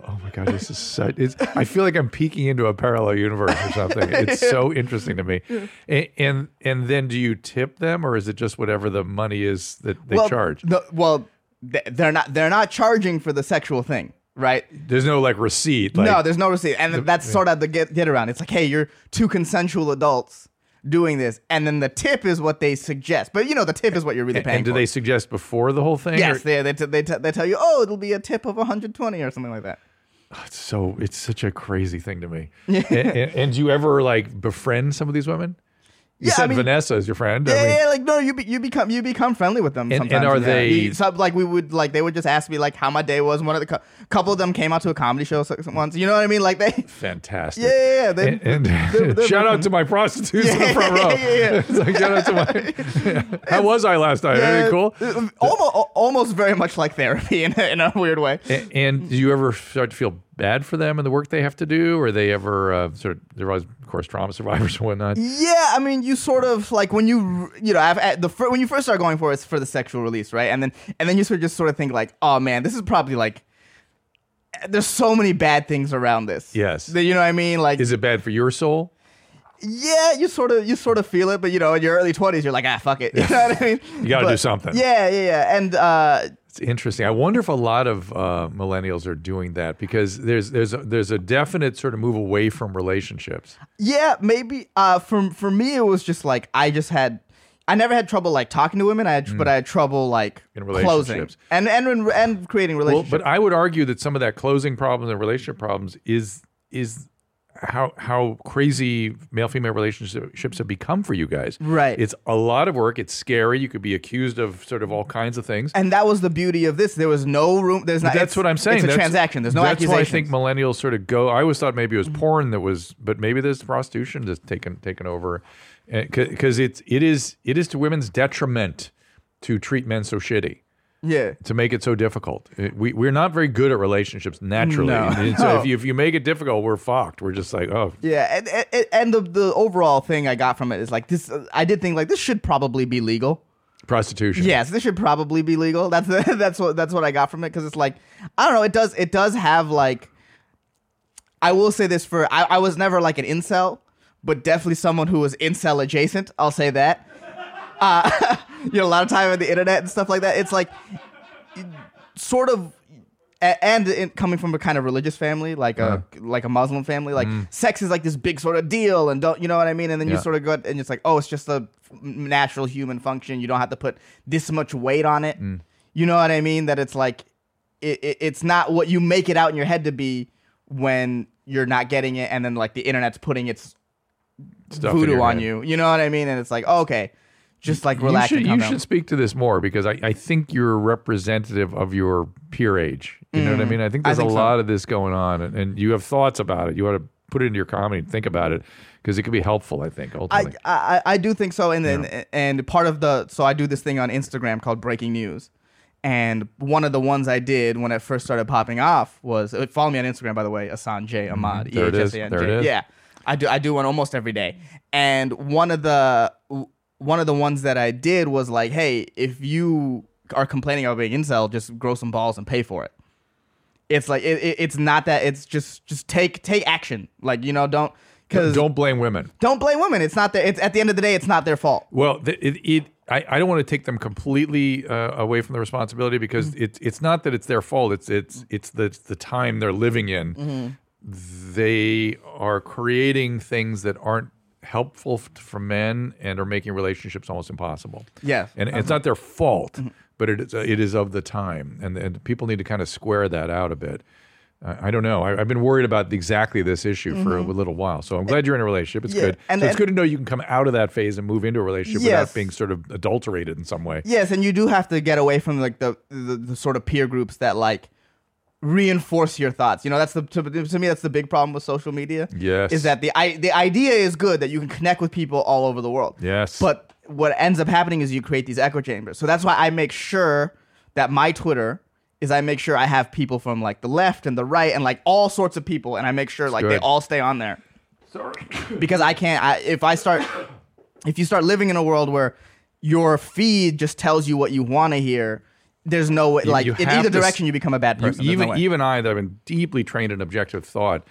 Speaker 1: oh my god, this is such. It's, I feel like I'm peeking into a parallel universe or something. It's so interesting to me. And, and and then do you tip them, or is it just whatever the money is that they
Speaker 2: well,
Speaker 1: charge?
Speaker 2: the- well, th- they're not they're not charging for the sexual thing, right?
Speaker 1: There's no like receipt. Like,
Speaker 2: no, there's no receipt, and that's sort of the get, get around. It's like, hey, you're two consensual adults doing this, and then the tip is what they suggest. But you know, the tip is what you're really
Speaker 1: and,
Speaker 2: paying.
Speaker 1: do
Speaker 2: for.
Speaker 1: they suggest before the whole thing? or-
Speaker 2: Yes, they they, t- they, t- they tell you, oh, it'll be a tip of 120 or something like that.
Speaker 1: It's so it's such a crazy thing to me. and, and, and do you ever like befriend some of these women? You
Speaker 2: Yeah, I
Speaker 1: said
Speaker 2: mean-
Speaker 1: Vanessa is your friend. I
Speaker 2: Yeah,
Speaker 1: mean,
Speaker 2: yeah, Eh, like no, you be, you become you become friendly with them.
Speaker 1: and
Speaker 2: sometimes.
Speaker 1: are
Speaker 2: yeah.
Speaker 1: they-
Speaker 2: You- some- like we would like they would just ask me like how my day was. One of the co- couple of them came out to a comedy show so- once. You know what I mean? Like they.
Speaker 1: fantastic.
Speaker 2: Yeah, yeah, yeah. They,
Speaker 1: And, and
Speaker 2: they're
Speaker 1: shout out
Speaker 2: both-
Speaker 1: to my prostitutes in the front row.
Speaker 2: Yeah, yeah, yeah.
Speaker 1: It's like, shout out to my. How was I last night?
Speaker 2: yeah,
Speaker 1: Very cool.
Speaker 2: Almost, almost very much like therapy in a, in a weird way.
Speaker 1: A- And do you ever start to feel bad for them and the work they have to do, or they ever uh, sort of they're always, of course, trauma survivors and whatnot?
Speaker 2: Yeah, I mean, you sort of like when you you know af- at the fir- when you first start going for it, it's for the sexual release, right? And then and then you sort of just sort of think like, oh man, this is probably like eh, there's so many bad things around this.
Speaker 1: Yes.
Speaker 2: That- you know what I mean? Like,
Speaker 1: Is it bad for your soul?
Speaker 2: yeah, you sort of you sort of feel it, but you know, in your early twenties, you're like, ah, fuck it. You know what I mean?
Speaker 1: You gotta do
Speaker 2: But-
Speaker 1: something.
Speaker 2: Yeah, yeah, yeah, and uh,
Speaker 1: It's interesting. I wonder if a lot of uh, millennials are doing that because there's there's a, there's a definite sort of move away from relationships.
Speaker 2: Yeah, maybe. Uh, for for me, it was just like I just had, I never had trouble like talking to women. I had, but I had trouble
Speaker 1: Mm.
Speaker 2: like
Speaker 1: In
Speaker 2: closing
Speaker 1: relationships.
Speaker 2: and and and, and creating
Speaker 1: Well,
Speaker 2: relationships.
Speaker 1: but I would argue that some of that closing problems and relationship problems is is how how crazy male female relationships have become for you guys.
Speaker 2: Right.
Speaker 1: It's a lot of work. It's scary. You could be accused of sort of all kinds of things.
Speaker 2: and that was the beauty of this. There was no room. There's not.
Speaker 1: that's
Speaker 2: it's-
Speaker 1: what I'm saying.
Speaker 2: It's a
Speaker 1: That's-
Speaker 2: transaction. There's no
Speaker 1: That's why I
Speaker 2: accusations.
Speaker 1: think millennials sort of go. I always thought maybe it was porn that was, but maybe there's prostitution that's taken taken over, because it's it is it is to women's detriment to treat men so shitty.
Speaker 2: yeah.
Speaker 1: To make it so difficult, It- we we're not very good at relationships naturally.
Speaker 2: No.
Speaker 1: And so if
Speaker 2: No.
Speaker 1: you if you make it difficult, we're fucked. We're just like, oh,
Speaker 2: Yeah, and and, and the, the overall thing I got from it is like this. I did think like this should probably be legal.
Speaker 1: prostitution.
Speaker 2: Yes, this should probably be legal. That's that's what that's what I got from it because it's like I don't know. It does it does have like I will say this for I, I was never like an incel, but definitely someone who was incel adjacent. I'll say that. Uh, you know, a lot of time on the internet and stuff like that. It's like sort of a- and in, coming from a kind of religious family like a
Speaker 1: Uh-huh.
Speaker 2: like a muslim family like sex is like this big sort of deal and don't you know what i mean and then
Speaker 1: Mm. Yeah.
Speaker 2: you sort of go and it's like oh it's just a natural human function you don't have to put this much weight on it
Speaker 1: Mm.
Speaker 2: you know what i mean that it's like it, it, it's not what you make it out in your head to be when you're not getting it and then like the internet's putting its
Speaker 1: stuff in
Speaker 2: voodoo
Speaker 1: your
Speaker 2: on
Speaker 1: head.
Speaker 2: you you know what i mean and it's like oh, okay just like
Speaker 1: You
Speaker 2: relax
Speaker 1: should,
Speaker 2: and
Speaker 1: you
Speaker 2: calm down.
Speaker 1: should speak to this more because I, I think you're representative of your peer age. You know what I mean? I think
Speaker 2: Mm. I
Speaker 1: there's
Speaker 2: think
Speaker 1: a
Speaker 2: so.
Speaker 1: lot of this going on, and, and you have thoughts about it. You ought to put it into your comedy and think about it because it could be helpful, I think,
Speaker 2: I,
Speaker 1: ultimately.
Speaker 2: I I do think so, and then and part of the so I do this thing on Instagram called Breaking News, and one of the ones I did when it first started popping off was uh, follow me on Instagram by the way, Asan J Ahmad.
Speaker 1: Mm-hmm. There it is.
Speaker 2: EHSAN J.
Speaker 1: There it is.
Speaker 2: Yeah, I do I do one almost every day. And one of the one of the ones that I did was like, hey, if you are complaining about being incel, just grow some balls and pay for it. It's like it, it- it's not that it's just just take take action. Like you know, don't because don't,
Speaker 1: Don't blame women.
Speaker 2: blame women. It's not that it's at the end of the day, it's not their fault.
Speaker 1: Well, th- it, it I, I don't want to take them completely uh, away from the responsibility because
Speaker 2: Mm-hmm.
Speaker 1: it's it's not that it's their fault. It's it's it's the it's the time they're living in.
Speaker 2: Mm-hmm.
Speaker 1: They are creating things that aren't helpful f- for men and are making relationships almost impossible.
Speaker 2: Yeah.
Speaker 1: and it's not their fault,
Speaker 2: Mm-hmm.
Speaker 1: but it is uh, it is of the time, and and people need to kind of square that out a bit. I I don't know. I, I've been worried about exactly this issue for a little while, so I'm glad you're in a relationship. It's
Speaker 2: Mm-hmm. Eh, Yeah,
Speaker 1: good.
Speaker 2: and-
Speaker 1: so it's
Speaker 2: and-
Speaker 1: good to know you can come out of that phase and move into a relationship
Speaker 2: Yes.
Speaker 1: without being sort of adulterated in some way.
Speaker 2: Yes, and you do have to get away from like the the, the sort of peer groups that like reinforce your thoughts. You know, that's the to, to me that's the big problem with social media.
Speaker 1: Yes.
Speaker 2: is that the I, the idea is good that you can connect with people all over the world.
Speaker 1: Yes.
Speaker 2: but what ends up happening is you create these echo chambers. So that's why I make sure that my Twitter is I make sure I have people from like the left and the right and like all sorts of people, and I make sure like they
Speaker 1: good.
Speaker 2: all stay on there. Sorry, because I can't. I, if I start if you start living in a world where your feed just tells you what you want to hear, there's no way. Like
Speaker 1: you
Speaker 2: in
Speaker 1: have
Speaker 2: either
Speaker 1: to s-
Speaker 2: direction, you become a bad
Speaker 1: You-
Speaker 2: person. There's no
Speaker 1: even e-,
Speaker 2: way. Mm-hmm.
Speaker 1: even I that have been deeply trained in objective thought,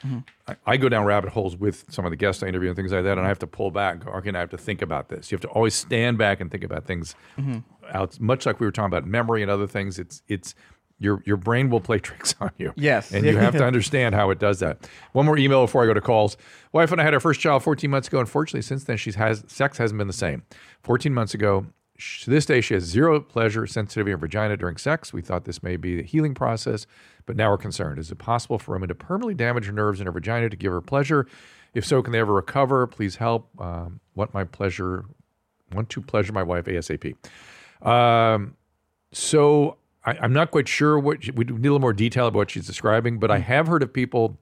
Speaker 1: I, I go down rabbit holes with some of the guests I interview and things like that, and I have to pull back. and go, Okay, now I have to think about this. You have to always stand back and think about things
Speaker 2: Mm-hmm.
Speaker 1: out. Much like we were talking about memory and other things, it's it's your your brain will play tricks on you.
Speaker 2: Yes.
Speaker 1: and you have to understand how it does that. One more email before I go to calls. Wife and I had our first child 14 months ago. Unfortunately, since then, she's has sex hasn't been the same. 14 months ago, sh- to this day, she has zero pleasure, sensitivity, and vagina during sex. We thought this may be the healing process, but now we're concerned. Is it possible for women to permanently damage her nerves in her vagina to give her pleasure? If so, can they ever recover? Please help. Um, want my pleasure? Want to pleasure my wife ASAP? Um, so I, I'm not quite sure what she- we need a little more detail about what she's describing, but I have heard of people,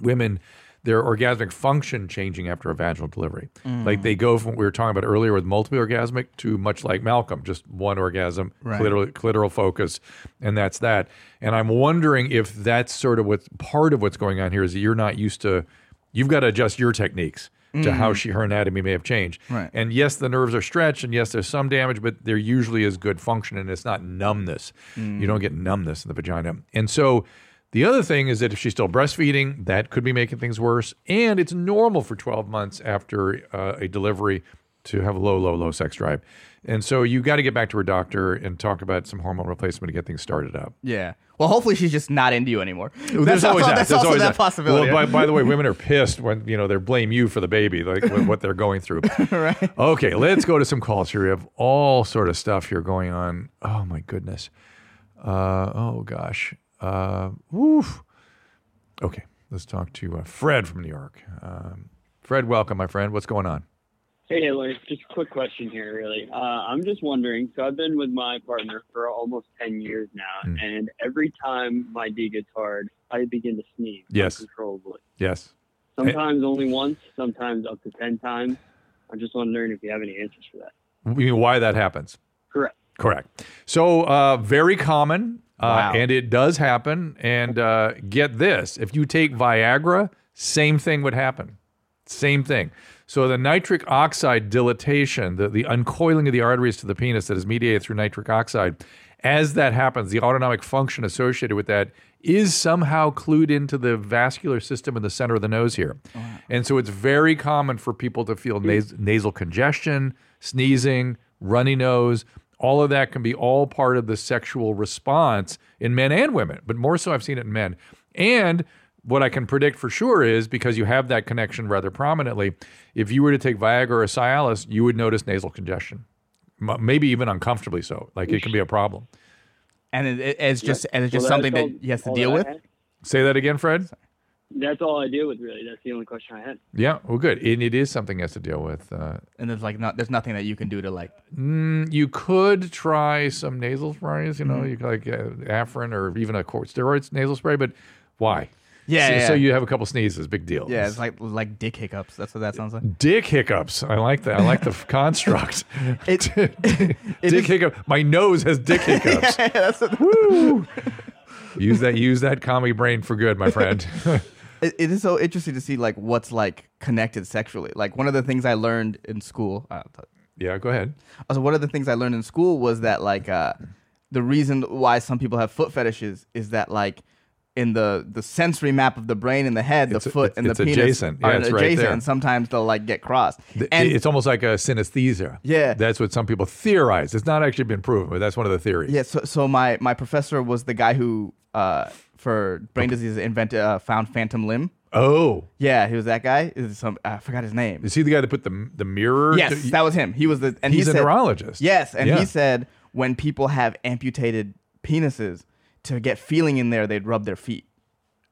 Speaker 1: women, their orgasmic function changing after a vaginal delivery. Like they go from what we were talking about earlier with multiple orgasmic to much like Malcolm, just one orgasm, clitoral, clitoral focus, and that's that. And I'm wondering if that's sort of what's part of what's going on here is that you're not used to, you've got to adjust your techniques. To how she her anatomy may have changed,
Speaker 2: Right.
Speaker 1: and yes, the nerves are stretched, and yes, there's some damage, but there usually is good function, and it's not numbness. You don't get numbness in the vagina. And so the other thing is that if she's still breastfeeding, that could be making things worse. And it's normal for 12 months after uh, a delivery to have low, low, low sex drive. And so you got to get back to her doctor and talk about some hormone replacement to get things started up.
Speaker 2: yeah. Well, hopefully she's just not into you anymore. that's also, That's also that, possibility.
Speaker 1: Well, by, by the way, women are pissed when you know they blame you for the baby, like what what they're going through. right. Okay, let's go to some calls here. We have all sort of stuff here going on. Oh my goodness. Uh, oh gosh. Uh, oof. Okay, let's talk to uh, Fred from New York. Um, Fred, welcome, my friend. What's going on?
Speaker 5: Hey, Hillary, just a quick question here, really. Uh, I'm just wondering. So I've been with my partner for almost 10 years now,
Speaker 1: Mm.
Speaker 5: and every time my D gets hard, I begin to sneeze
Speaker 1: Yes.
Speaker 5: uncontrollably.
Speaker 1: Yes.
Speaker 5: Sometimes only once, sometimes up to 10 times. I'm just wondering if you have any answers for that.
Speaker 1: You mean why that happens?
Speaker 5: Correct.
Speaker 1: Correct. So uh, very common, uh,
Speaker 2: Wow.
Speaker 1: and it does happen. And uh, get this: if you take Viagra, same thing would happen. Same thing. So the nitric oxide dilatation, the, the uncoiling of the arteries to the penis that is mediated through nitric oxide, as that happens, the autonomic function associated with that is somehow clued into the vascular system in the center of the nose here. And so it's very common for people to feel nas- nasal congestion, sneezing, runny nose. All of that can be all part of the sexual response in men and women, but more so I've seen it in men. And what I can predict for sure is because you have that connection rather prominently, if you were to take Viagra or Cialis, you would notice nasal congestion, M- maybe even uncomfortably so. Like it can be a problem.
Speaker 2: and it, it- it's just and it's just
Speaker 5: Well,
Speaker 2: something
Speaker 5: that's
Speaker 2: that
Speaker 5: all-
Speaker 2: he has to
Speaker 5: all
Speaker 2: deal
Speaker 5: that I
Speaker 2: with.
Speaker 5: had.
Speaker 1: Say that again, Fred.
Speaker 5: That's all I deal with, really. That's the only question I had.
Speaker 1: Yeah, well, good. And it is something he has to deal with. Uh, mm,
Speaker 2: and there's like not there's nothing that you can do to like
Speaker 1: you could try some nasal sprays, you know,
Speaker 2: Mm-hmm.
Speaker 1: you could like uh, Afrin or even a cor- steroids nasal spray, but why?
Speaker 2: Yeah,
Speaker 1: So,
Speaker 2: yeah.
Speaker 1: so you have a couple sneezes, big deal.
Speaker 2: yeah it's like like dick hiccups that's what that sounds like
Speaker 1: Dick hiccups. I like that. I like the f- construct.
Speaker 2: It-
Speaker 1: dick
Speaker 2: is-
Speaker 1: hiccup. My nose has dick hiccups.
Speaker 2: that's what,
Speaker 1: Woo! Use that. Use that commie brain for good, my friend.
Speaker 2: it, it is so interesting to see like what's like connected sexually. Like one of the things I learned in school, uh,
Speaker 1: Yeah, go ahead.
Speaker 2: also one of the things I learned in school was that like uh, the reason why some people have foot fetishes is that like in the the sensory map of the brain and the head, the
Speaker 1: It's-
Speaker 2: foot
Speaker 1: it's-
Speaker 2: and the
Speaker 1: it's
Speaker 2: penis
Speaker 1: adjacent. Yeah,
Speaker 2: are
Speaker 1: it's right
Speaker 2: adjacent,
Speaker 1: there.
Speaker 2: and sometimes they'll like get crossed.
Speaker 1: Th-
Speaker 2: and
Speaker 1: it's almost like a synesthesia.
Speaker 2: Yeah.
Speaker 1: That's what some people theorize. It's not actually been proven, but that's one of the theories.
Speaker 2: yeah, so so my my professor was the guy who uh, for brain disease invented uh, found phantom limb.
Speaker 1: Oh,
Speaker 2: Yeah, he was that guy. Is some I forgot his name.
Speaker 1: is he the guy that put the the mirror?
Speaker 2: Yes,
Speaker 1: to-
Speaker 2: that was him. He was the and
Speaker 1: he's
Speaker 2: he
Speaker 1: a
Speaker 2: said,
Speaker 1: neurologist.
Speaker 2: Yes, and
Speaker 1: Yeah.
Speaker 2: he said when people have amputated penises to get feeling in there, they'd rub their feet.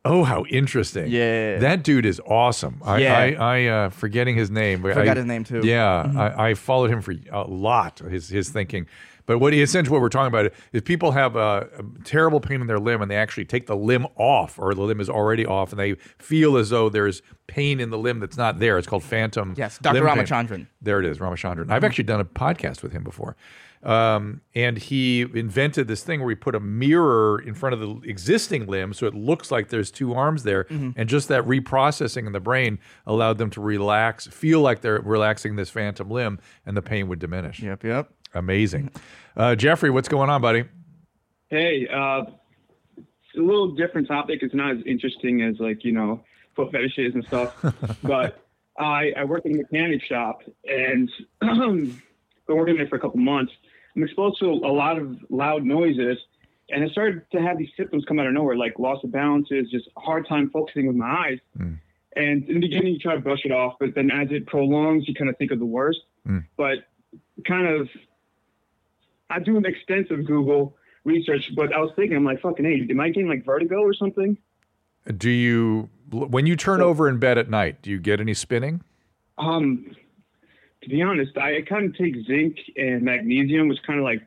Speaker 1: Oh, how interesting.
Speaker 2: Yeah.
Speaker 1: That dude is awesome. I,
Speaker 2: Yeah.
Speaker 1: I, I uh, forgetting his name. but
Speaker 2: Forgot
Speaker 1: I-
Speaker 2: his name, too. Mm-hmm.
Speaker 1: Yeah. I, I followed him for a lot, his, his thinking. But what he- essentially what we're talking about is people have a, a terrible pain in their limb and they actually take the limb off or the limb is already off and they feel as though there's pain in the limb that's not there. It's called phantom.
Speaker 2: Yes, Dr.
Speaker 1: limb pain.
Speaker 2: Ramachandran.
Speaker 1: There it is, Ramachandran. I've actually done a podcast with him before. Um, and he invented this thing where he put a mirror in front of the existing limb so it looks like there's two arms there. And just that reprocessing in the brain allowed them to relax, feel like they're relaxing this phantom limb, and the pain would diminish.
Speaker 2: Yep, yep.
Speaker 1: Amazing. Uh, Jeffrey, what's going on, buddy?
Speaker 5: Hey, uh, it's a little different topic. It's not as interesting as like you know foot fetishes and stuff. but I I work in a mechanic shop and been working there for a couple months. I'm exposed to a lot of loud noises, and I started to have these symptoms come out of nowhere, like loss of balances, just a hard time focusing with my eyes. And in the beginning, you try to brush it off, but then as it prolongs, you kind of think of the worst. But kind of, I do an extensive Google research, but I was thinking, I'm like, fucking, hey, am I getting like vertigo or something?
Speaker 1: Do you, when you turn over in bed at night, do you get any spinning?
Speaker 5: Um, to be honest, I, I kind of take zinc and magnesium, which kind of like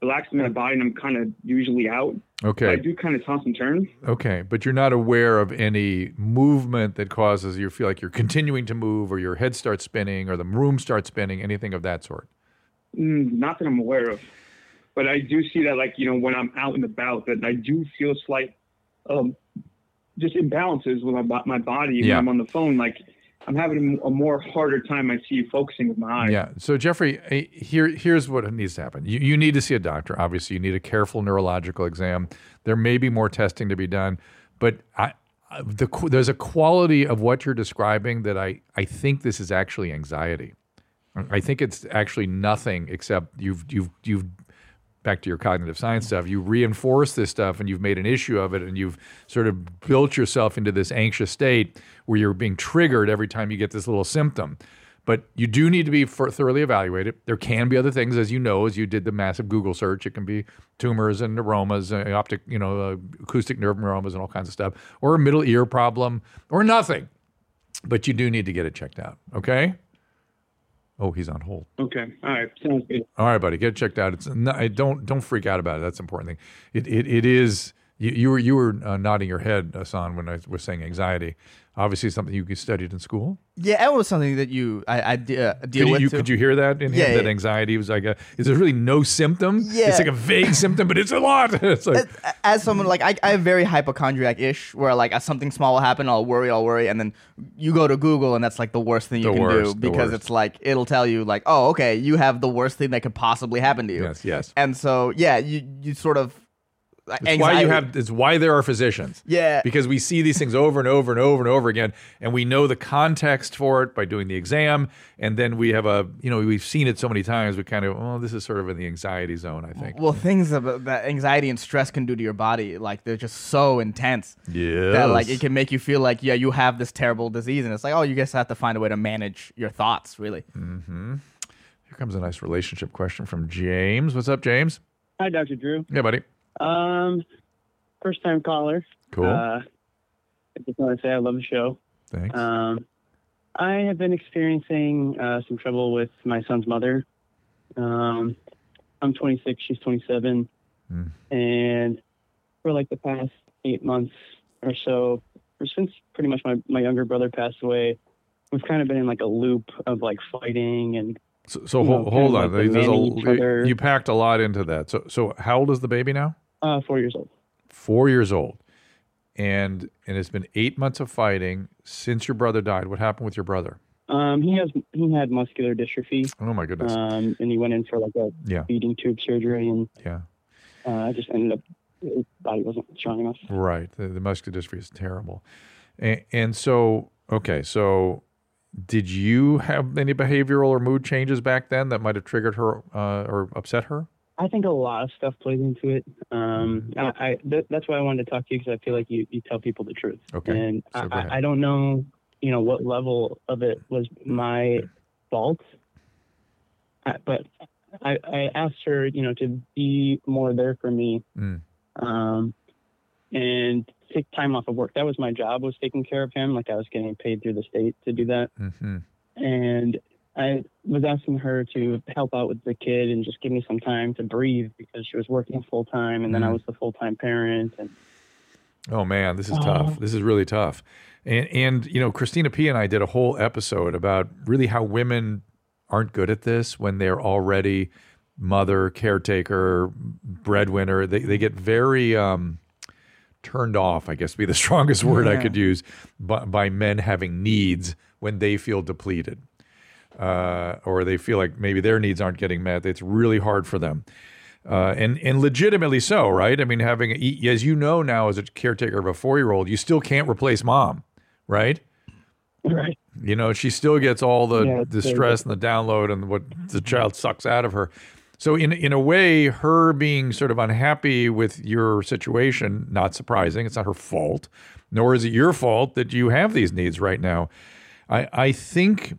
Speaker 5: relaxes my body, and I'm kind of usually out. I
Speaker 1: Hmm. Okay.
Speaker 5: do kind of toss and turn.
Speaker 1: Okay. But you're not aware of any movement that causes you to feel like you're continuing to move or your head starts spinning or the room starts spinning, anything of that sort.
Speaker 5: Mm, not that I'm aware of, but I do see that, like, you know, when I'm out and about, that I do feel slight, um, just imbalances with my, bo- my body.
Speaker 1: Yeah.
Speaker 5: When I'm on the phone, like, I'm having a more harder time. I see focusing with my eyes.
Speaker 1: Yeah. So Jeffrey, eh, here here's what needs to happen. You, you need to see a doctor. Obviously, you need a careful neurological exam. There may be more testing to be done, but I, I- the qu- there's a quality of what you're describing that I I think this is actually anxiety. I think it's actually nothing except you've you've you've back to your cognitive science stuff. You reinforce this stuff and you've made an issue of it and you've sort of built yourself into this anxious state where you're being triggered every time you get this little symptom. But you do need to be for thoroughly evaluated. There can be other things, as you know, as you did the massive Google search. It can be tumors and neuromas, uh, optic, you know, uh, acoustic nerve neuromas, and all kinds of stuff, or a middle ear problem, or nothing. But you do need to get it checked out. Okay. Oh, he's on hold.
Speaker 5: Okay. All right. Sounds good.
Speaker 1: All right, buddy, get it checked out. It's not, I don't don't freak out about it. That's an important thing. It it, it is. You, you were you were uh, nodding your head, Asan, when I was saying anxiety. Obviously, something you studied in school.
Speaker 2: Yeah, it was something that you I, I de- uh, deal
Speaker 1: Could you,
Speaker 2: with
Speaker 1: you-
Speaker 2: too.
Speaker 1: could you hear that in him?
Speaker 2: Yeah, yeah,
Speaker 1: that
Speaker 2: yeah.
Speaker 1: anxiety was like a. Is there really no symptom?
Speaker 2: Yeah.
Speaker 1: It's like a vague symptom, but it's a lot. It's like
Speaker 2: as, as someone like I, I'm very hypochondriac-ish, where like uh, something small will happen, I'll worry, I'll worry, and then you go to Google, and that's like the worst thing you
Speaker 1: The
Speaker 2: can
Speaker 1: worst,
Speaker 2: do
Speaker 1: the
Speaker 2: because
Speaker 1: worst.
Speaker 2: it's like it'll tell you like, oh, okay, you have the worst thing that could possibly happen to you.
Speaker 1: yes, yes.
Speaker 2: And so yeah, you you sort of uh,
Speaker 1: It's why you have. It's why there are physicians.
Speaker 2: yeah
Speaker 1: because we see these things over and over and over and over again and we know the context for it by doing the exam and then we have a you know we've seen it so many times we kind of oh this is sort of in the anxiety zone i think
Speaker 2: Well, things about that anxiety and stress can do to your body, like they're just so intense.
Speaker 1: Yes.
Speaker 2: That like it can make you feel like yeah, you have this terrible disease, and it's like oh, you just have to find a way to manage your thoughts, really.
Speaker 1: Mm-hmm. here comes a nice relationship question from james what's up james
Speaker 5: Hi, Dr. Drew.
Speaker 1: yeah buddy
Speaker 5: Um, first time caller.
Speaker 1: cool
Speaker 5: Uh, I just want to say I love the show.
Speaker 1: thanks
Speaker 5: Um, I have been experiencing uh, some trouble with my son's mother. Um, I'm 26, she's 27.
Speaker 1: Hmm.
Speaker 5: And for like the past eight months or so, or since pretty much my, my younger brother passed away, we've kind of been in like a loop of like fighting and
Speaker 1: so, so
Speaker 5: you know,
Speaker 1: hold, hold
Speaker 5: kind
Speaker 1: on
Speaker 5: of like
Speaker 1: There's a-
Speaker 5: demanding each other.
Speaker 1: you packed a lot into that so so how old is the baby now
Speaker 5: uh, four years old.
Speaker 1: four years old and and it's been eight months of fighting since your brother died. What happened with your brother?
Speaker 6: Um, he has he had muscular dystrophy,
Speaker 1: Oh my goodness.
Speaker 6: um, and he went in for like a
Speaker 1: Yeah.
Speaker 6: feeding tube surgery, and
Speaker 1: yeah.
Speaker 6: uh, just ended up his body wasn't strong enough.
Speaker 1: Right. The, the muscular dystrophy is terrible. And, and so, okay, so did you have any behavioral or mood changes back then that might have triggered her uh, or upset her?
Speaker 6: I think a lot of stuff plays into it. Um, I, I th- that's why I wanted to talk to you because I feel like you, you tell people the truth,
Speaker 1: Okay,
Speaker 6: and
Speaker 1: so
Speaker 6: I
Speaker 1: go ahead.
Speaker 6: I, I don't know, you know, what level of it was my fault, I, but I, I asked her, you know, to be more there for me,
Speaker 1: Mm.
Speaker 6: um, and take time off of work. That was my job was taking care of him. Like I was getting paid through the state to do that
Speaker 1: hmm
Speaker 6: and I was asking her to help out with the kid and just give me some time to breathe because she was working full time and then
Speaker 1: Mm.
Speaker 6: I was the full time parent and
Speaker 1: Oh man, this is
Speaker 6: Oh.
Speaker 1: tough. This is really tough. And and you know, Christina P and I did a whole episode about really how women aren't good at this when they're already mother, caretaker, breadwinner. They they get very um turned off, I guess would be the strongest word I could use, by, by men having needs when they feel depleted. Uh, or they feel like maybe their needs aren't getting met. It's really hard for them uh, and and legitimately so, right? I mean, having as you know now as a caretaker of a four year old, you still can't replace mom, right?
Speaker 6: right
Speaker 1: You know, she still gets all the
Speaker 6: Yeah,
Speaker 1: the
Speaker 6: it's very
Speaker 1: stress and the download and what the child sucks out of her. So in in a way, her being sort of unhappy with your situation, not surprising. It's not her fault, nor is it your fault that you have these needs right now. I I think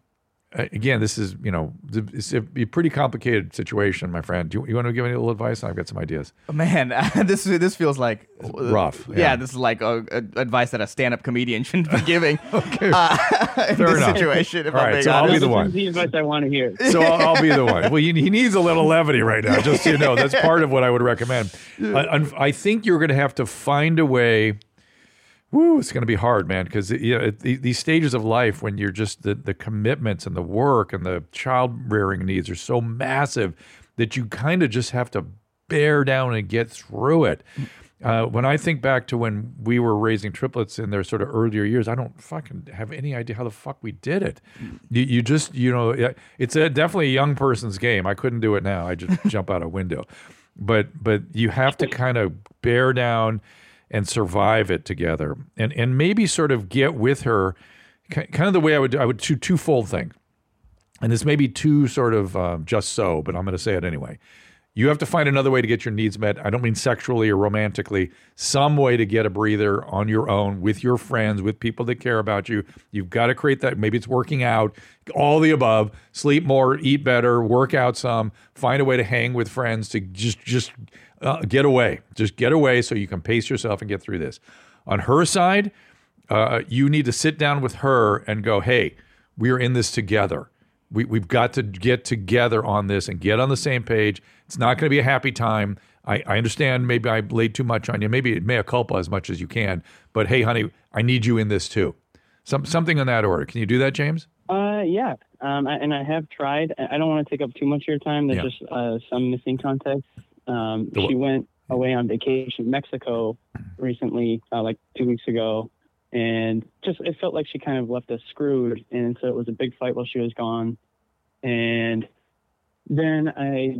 Speaker 1: uh, again, this is you know th- it's a a pretty complicated situation, my friend. Do you, you want to give any little advice? I've got some ideas.
Speaker 2: Man, this this feels like
Speaker 1: rough,
Speaker 2: Yeah,
Speaker 1: yeah.
Speaker 2: this is like uh uh advice that a stand-up comedian shouldn't be giving uh, in
Speaker 1: Fair
Speaker 2: this
Speaker 1: enough.
Speaker 2: situation. If
Speaker 1: All
Speaker 2: I'm
Speaker 1: right,
Speaker 2: being
Speaker 1: so I'll be
Speaker 2: honest.
Speaker 1: the one.
Speaker 6: That's the advice I want to hear
Speaker 1: So I'll, I'll be the one. Well, you, he needs a little levity right now, just so you know. That's part of what I would recommend. I, un- I think you're going to have to find a way. Woo, it's going to be hard, man, because you know, it- the- these stages of life when you're just the, the commitments and the work and the child rearing needs are so massive that you kind of just have to bear down and get through it. Uh, when I think back to when we were raising triplets in their sort of earlier years, I don't fucking have any idea how the fuck we did it. You, you just, you know, it- it's a, definitely a young person's game. I couldn't do it now. I just jump out a window. But but you have to kind of bear down and survive it together, and and maybe sort of get with her, ki- kind of the way I would do- I would do twofold thing and this may be too sort of um, just so, but I'm going to say it anyway. You have to find another way to get your needs met. I don't mean sexually or romantically, some way to get a breather on your own with your friends, with people that care about you. You've got to create that. Maybe it's working out, all the above, sleep more, eat better, work out some, find a way to hang with friends to just just uh, get away. Just get away so you can pace yourself and get through this. On her side, uh, you need to sit down with her and go, hey, we are in this together. We, we've got to get together on this and get on the same page. It's not going to be a happy time. I, I understand maybe I laid too much on you. Maybe it may a culpa as much as you can. But hey, honey, I need you in this too. Some, something in that order. Can you do that, James?
Speaker 6: uh yeah um I, and I have tried I I don't want to take up too much of your time there's
Speaker 1: Yeah.
Speaker 6: just uh, some missing context um
Speaker 1: The wha-
Speaker 6: she went away on vacation Mexico recently uh, like two weeks ago and just it felt like she kind of left us screwed and so it was a big fight while she was gone and then I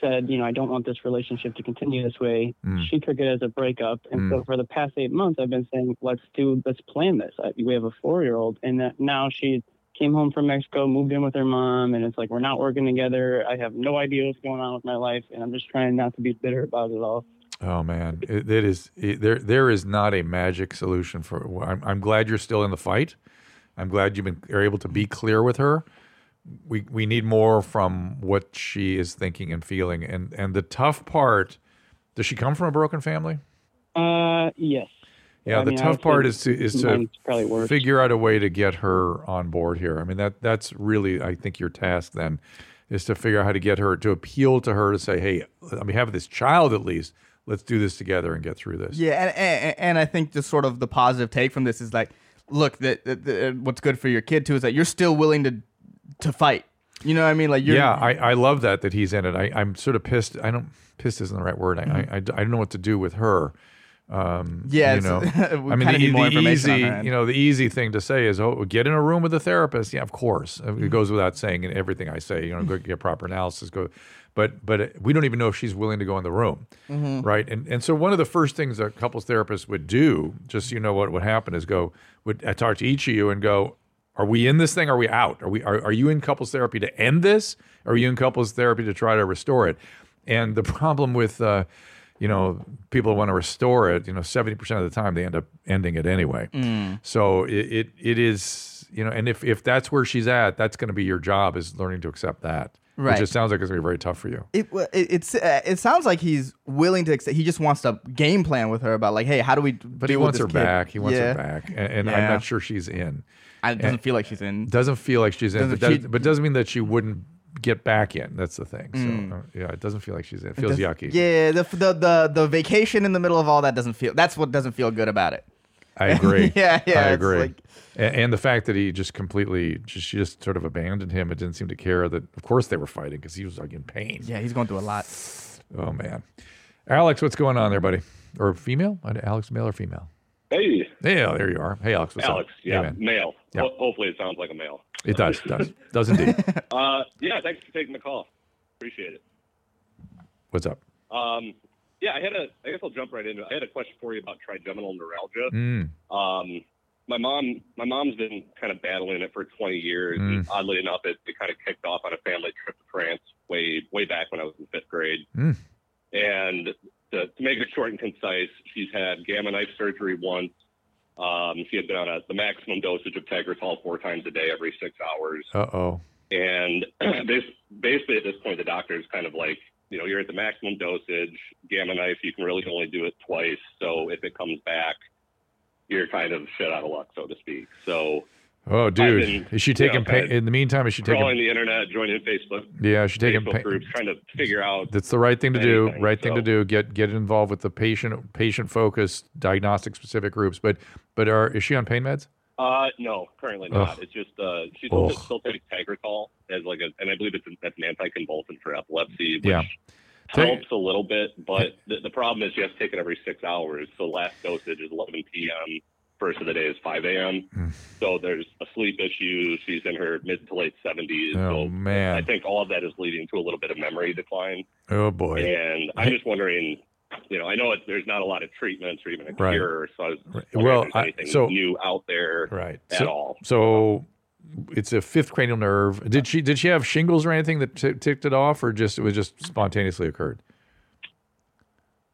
Speaker 6: said, you know, I don't want this relationship to continue this way.
Speaker 1: Mm.
Speaker 6: She took it as a breakup, and so for the past eight months, I've been saying, let's do, let's plan this. I, we have a four-year-old, and that now she came home from Mexico, moved in with her mom, and it's like we're not working together. I have no idea what's going on with my life, and I'm just trying not to be bitter about it all.
Speaker 1: Oh man, it, it is it, there. There is not a magic solution for. I'm, I'm glad you're still in the fight. I'm glad you've been are able to
Speaker 6: Mm-hmm.
Speaker 1: be clear with her. We we need more from what she is thinking and feeling. And and the tough part. Does she come from a broken family?
Speaker 6: Uh, yes.
Speaker 1: Yeah,
Speaker 6: I
Speaker 1: the
Speaker 6: mean, I
Speaker 1: tough
Speaker 6: would
Speaker 1: part
Speaker 6: say
Speaker 1: is to is to
Speaker 6: mine's probably worse.
Speaker 1: figure out a way to get her on board here. I mean that that's really I think your task then is to figure out how to get her to appeal to her to say, hey, on behalf of this child at least, let's do this together and get through this.
Speaker 2: Yeah, and, and and I think just sort of the positive take from this is like, look, that that- that- what's good for your kid too is that you're still willing to to fight. You know what I mean? Like, you're,
Speaker 1: yeah, I, I love that that he's in it. I, I'm sort of pissed. I don't pissed isn't the right word. I, I, I d- I don't know what to do with her Um,
Speaker 2: Mm-hmm. Yeah,
Speaker 1: you
Speaker 2: it's-
Speaker 1: know,
Speaker 2: we
Speaker 1: I mean,
Speaker 2: kinda
Speaker 1: the,
Speaker 2: need more
Speaker 1: the
Speaker 2: information on
Speaker 1: easy,
Speaker 2: our end.
Speaker 1: you know, the easy thing to say is, oh, get in a room with a therapist. Yeah, of course, Uh,
Speaker 2: Mm-hmm.
Speaker 1: it goes without saying in everything I say. You know, go get proper analysis. Go, but but we don't even know if she's willing to go in the room,
Speaker 2: Mm-hmm.
Speaker 1: right? And and so one of the first things that couples therapists would do, just so you know what would happen, is go would I talk to each of you and go. Are we in this thing? Are we out? Are we are, are you in couples therapy to end this? Are you in couples therapy to try to restore it? And the problem with uh, you know, people want to restore it, you know, 70% of the time they end up ending it anyway.
Speaker 2: Mm.
Speaker 1: So it, it, it is, you know, and if, if that's where she's at, that's going to be your job is learning to accept that. Which
Speaker 2: Right.
Speaker 1: it sounds like it's going to be very tough for you.
Speaker 2: It, it it's uh, it sounds like he's willing to accept. He just wants to game plan with her about like, hey, how do we?
Speaker 1: But he wants her back. He wants
Speaker 2: yeah.
Speaker 1: her back. And, and I'm
Speaker 2: Yeah.
Speaker 1: not sure she's in.
Speaker 2: I, it doesn't feel like she's in.
Speaker 1: Doesn't feel like she's in,
Speaker 2: Doesn't-
Speaker 1: but, does,
Speaker 2: she-
Speaker 1: but doesn't mean that she wouldn't get back in. That's the thing. So, uh, yeah, it doesn't feel like she's in. It feels
Speaker 2: Does-
Speaker 1: yucky.
Speaker 2: Mm. Yeah, the, the the the vacation in the middle of all that doesn't feel. That's what doesn't feel good about it.
Speaker 1: I agree.
Speaker 2: Yeah, yeah,
Speaker 1: I
Speaker 2: it's
Speaker 1: agree.
Speaker 2: like-
Speaker 1: A- and, the fact that he just completely, just, she just sort of abandoned him. It didn't seem to care that, of course, they were fighting because he was like in pain.
Speaker 2: Yeah, he's going through a lot.
Speaker 1: Oh man, Alex, what's going on there, buddy? Or female? Uh, Alex, male or female?
Speaker 7: Hey,
Speaker 1: Yeah, there you are. Hey, Alex, what's
Speaker 7: Alex.
Speaker 1: up? Hey,
Speaker 7: Yeah,
Speaker 1: man.
Speaker 7: male.
Speaker 1: Yeah.
Speaker 7: Ho- hopefully, it sounds like a male.
Speaker 1: it does, does, does indeed.
Speaker 7: Uh, yeah, thanks for taking the call. Appreciate it.
Speaker 1: What's up?
Speaker 7: Um, yeah, I had a. I guess I'll jump right into it. I had a question for you about trigeminal neuralgia.
Speaker 1: Mm,
Speaker 7: Um, my mom, my mom's been kind of battling it for 20 years. And oddly enough, it, it kind of kicked off on a family trip to France way, way back when I was in fifth grade.
Speaker 1: Mm.
Speaker 7: And to, to make it short and concise, she's had gamma knife surgery once. Um, she had been on a, the maximum dosage of Tegretol four times a day, every six hours.
Speaker 1: uh oh.
Speaker 7: And bas- basically, at this point, the doctor's kind of like, you know, you're at the maximum dosage. Gamma knife, you can really only do it twice. So if it comes back, you're kind of shit out of luck, so to speak. So
Speaker 1: Oh, dude,
Speaker 7: been-
Speaker 1: is she taking
Speaker 7: yeah,
Speaker 1: pain?
Speaker 7: I-
Speaker 1: In the meantime, is she
Speaker 7: crawling
Speaker 1: taking?
Speaker 7: the internet, joining Facebook,
Speaker 1: Yeah, is she taking
Speaker 7: Facebook
Speaker 1: pain?
Speaker 7: groups, trying to figure out.
Speaker 1: That's the right thing to do.
Speaker 7: anything,
Speaker 1: Right thing to
Speaker 7: so-
Speaker 1: do. Get get involved with the patient patient focused diagnostic specific groups. But but are is she on pain meds?
Speaker 7: Uh, no, currently not.
Speaker 1: Ugh.
Speaker 7: It's just uh, she
Speaker 1: Ugh.
Speaker 7: still, still takes Tegretol as like a, and I believe it's an, that's an anticonvulsant for epilepsy, which
Speaker 1: Yeah. Ta-
Speaker 7: helps a little bit. But the, the problem is you have to take it every six hours. So last dosage is 11 p.m. First of the day is 5 a.m.
Speaker 1: Hmm.
Speaker 7: So there's a sleep issue. She's in her mid to late
Speaker 1: Oh
Speaker 7: 70s. so I
Speaker 1: man.
Speaker 7: think all of that is leading to a little bit of memory decline.
Speaker 1: Oh boy.
Speaker 7: And I'm just wondering, you know, I know it, there's not a lot of treatments or even a
Speaker 1: Right.
Speaker 7: cure, so I was
Speaker 1: Right.
Speaker 7: wondering if
Speaker 1: Well,
Speaker 7: there's
Speaker 1: I-
Speaker 7: anything
Speaker 1: so-
Speaker 7: new out there
Speaker 1: Right.
Speaker 7: at
Speaker 1: So-
Speaker 7: all.
Speaker 1: So it's a fifth cranial nerve. Did she did she have shingles or anything that t- ticked it off, or just it was just spontaneously occurred?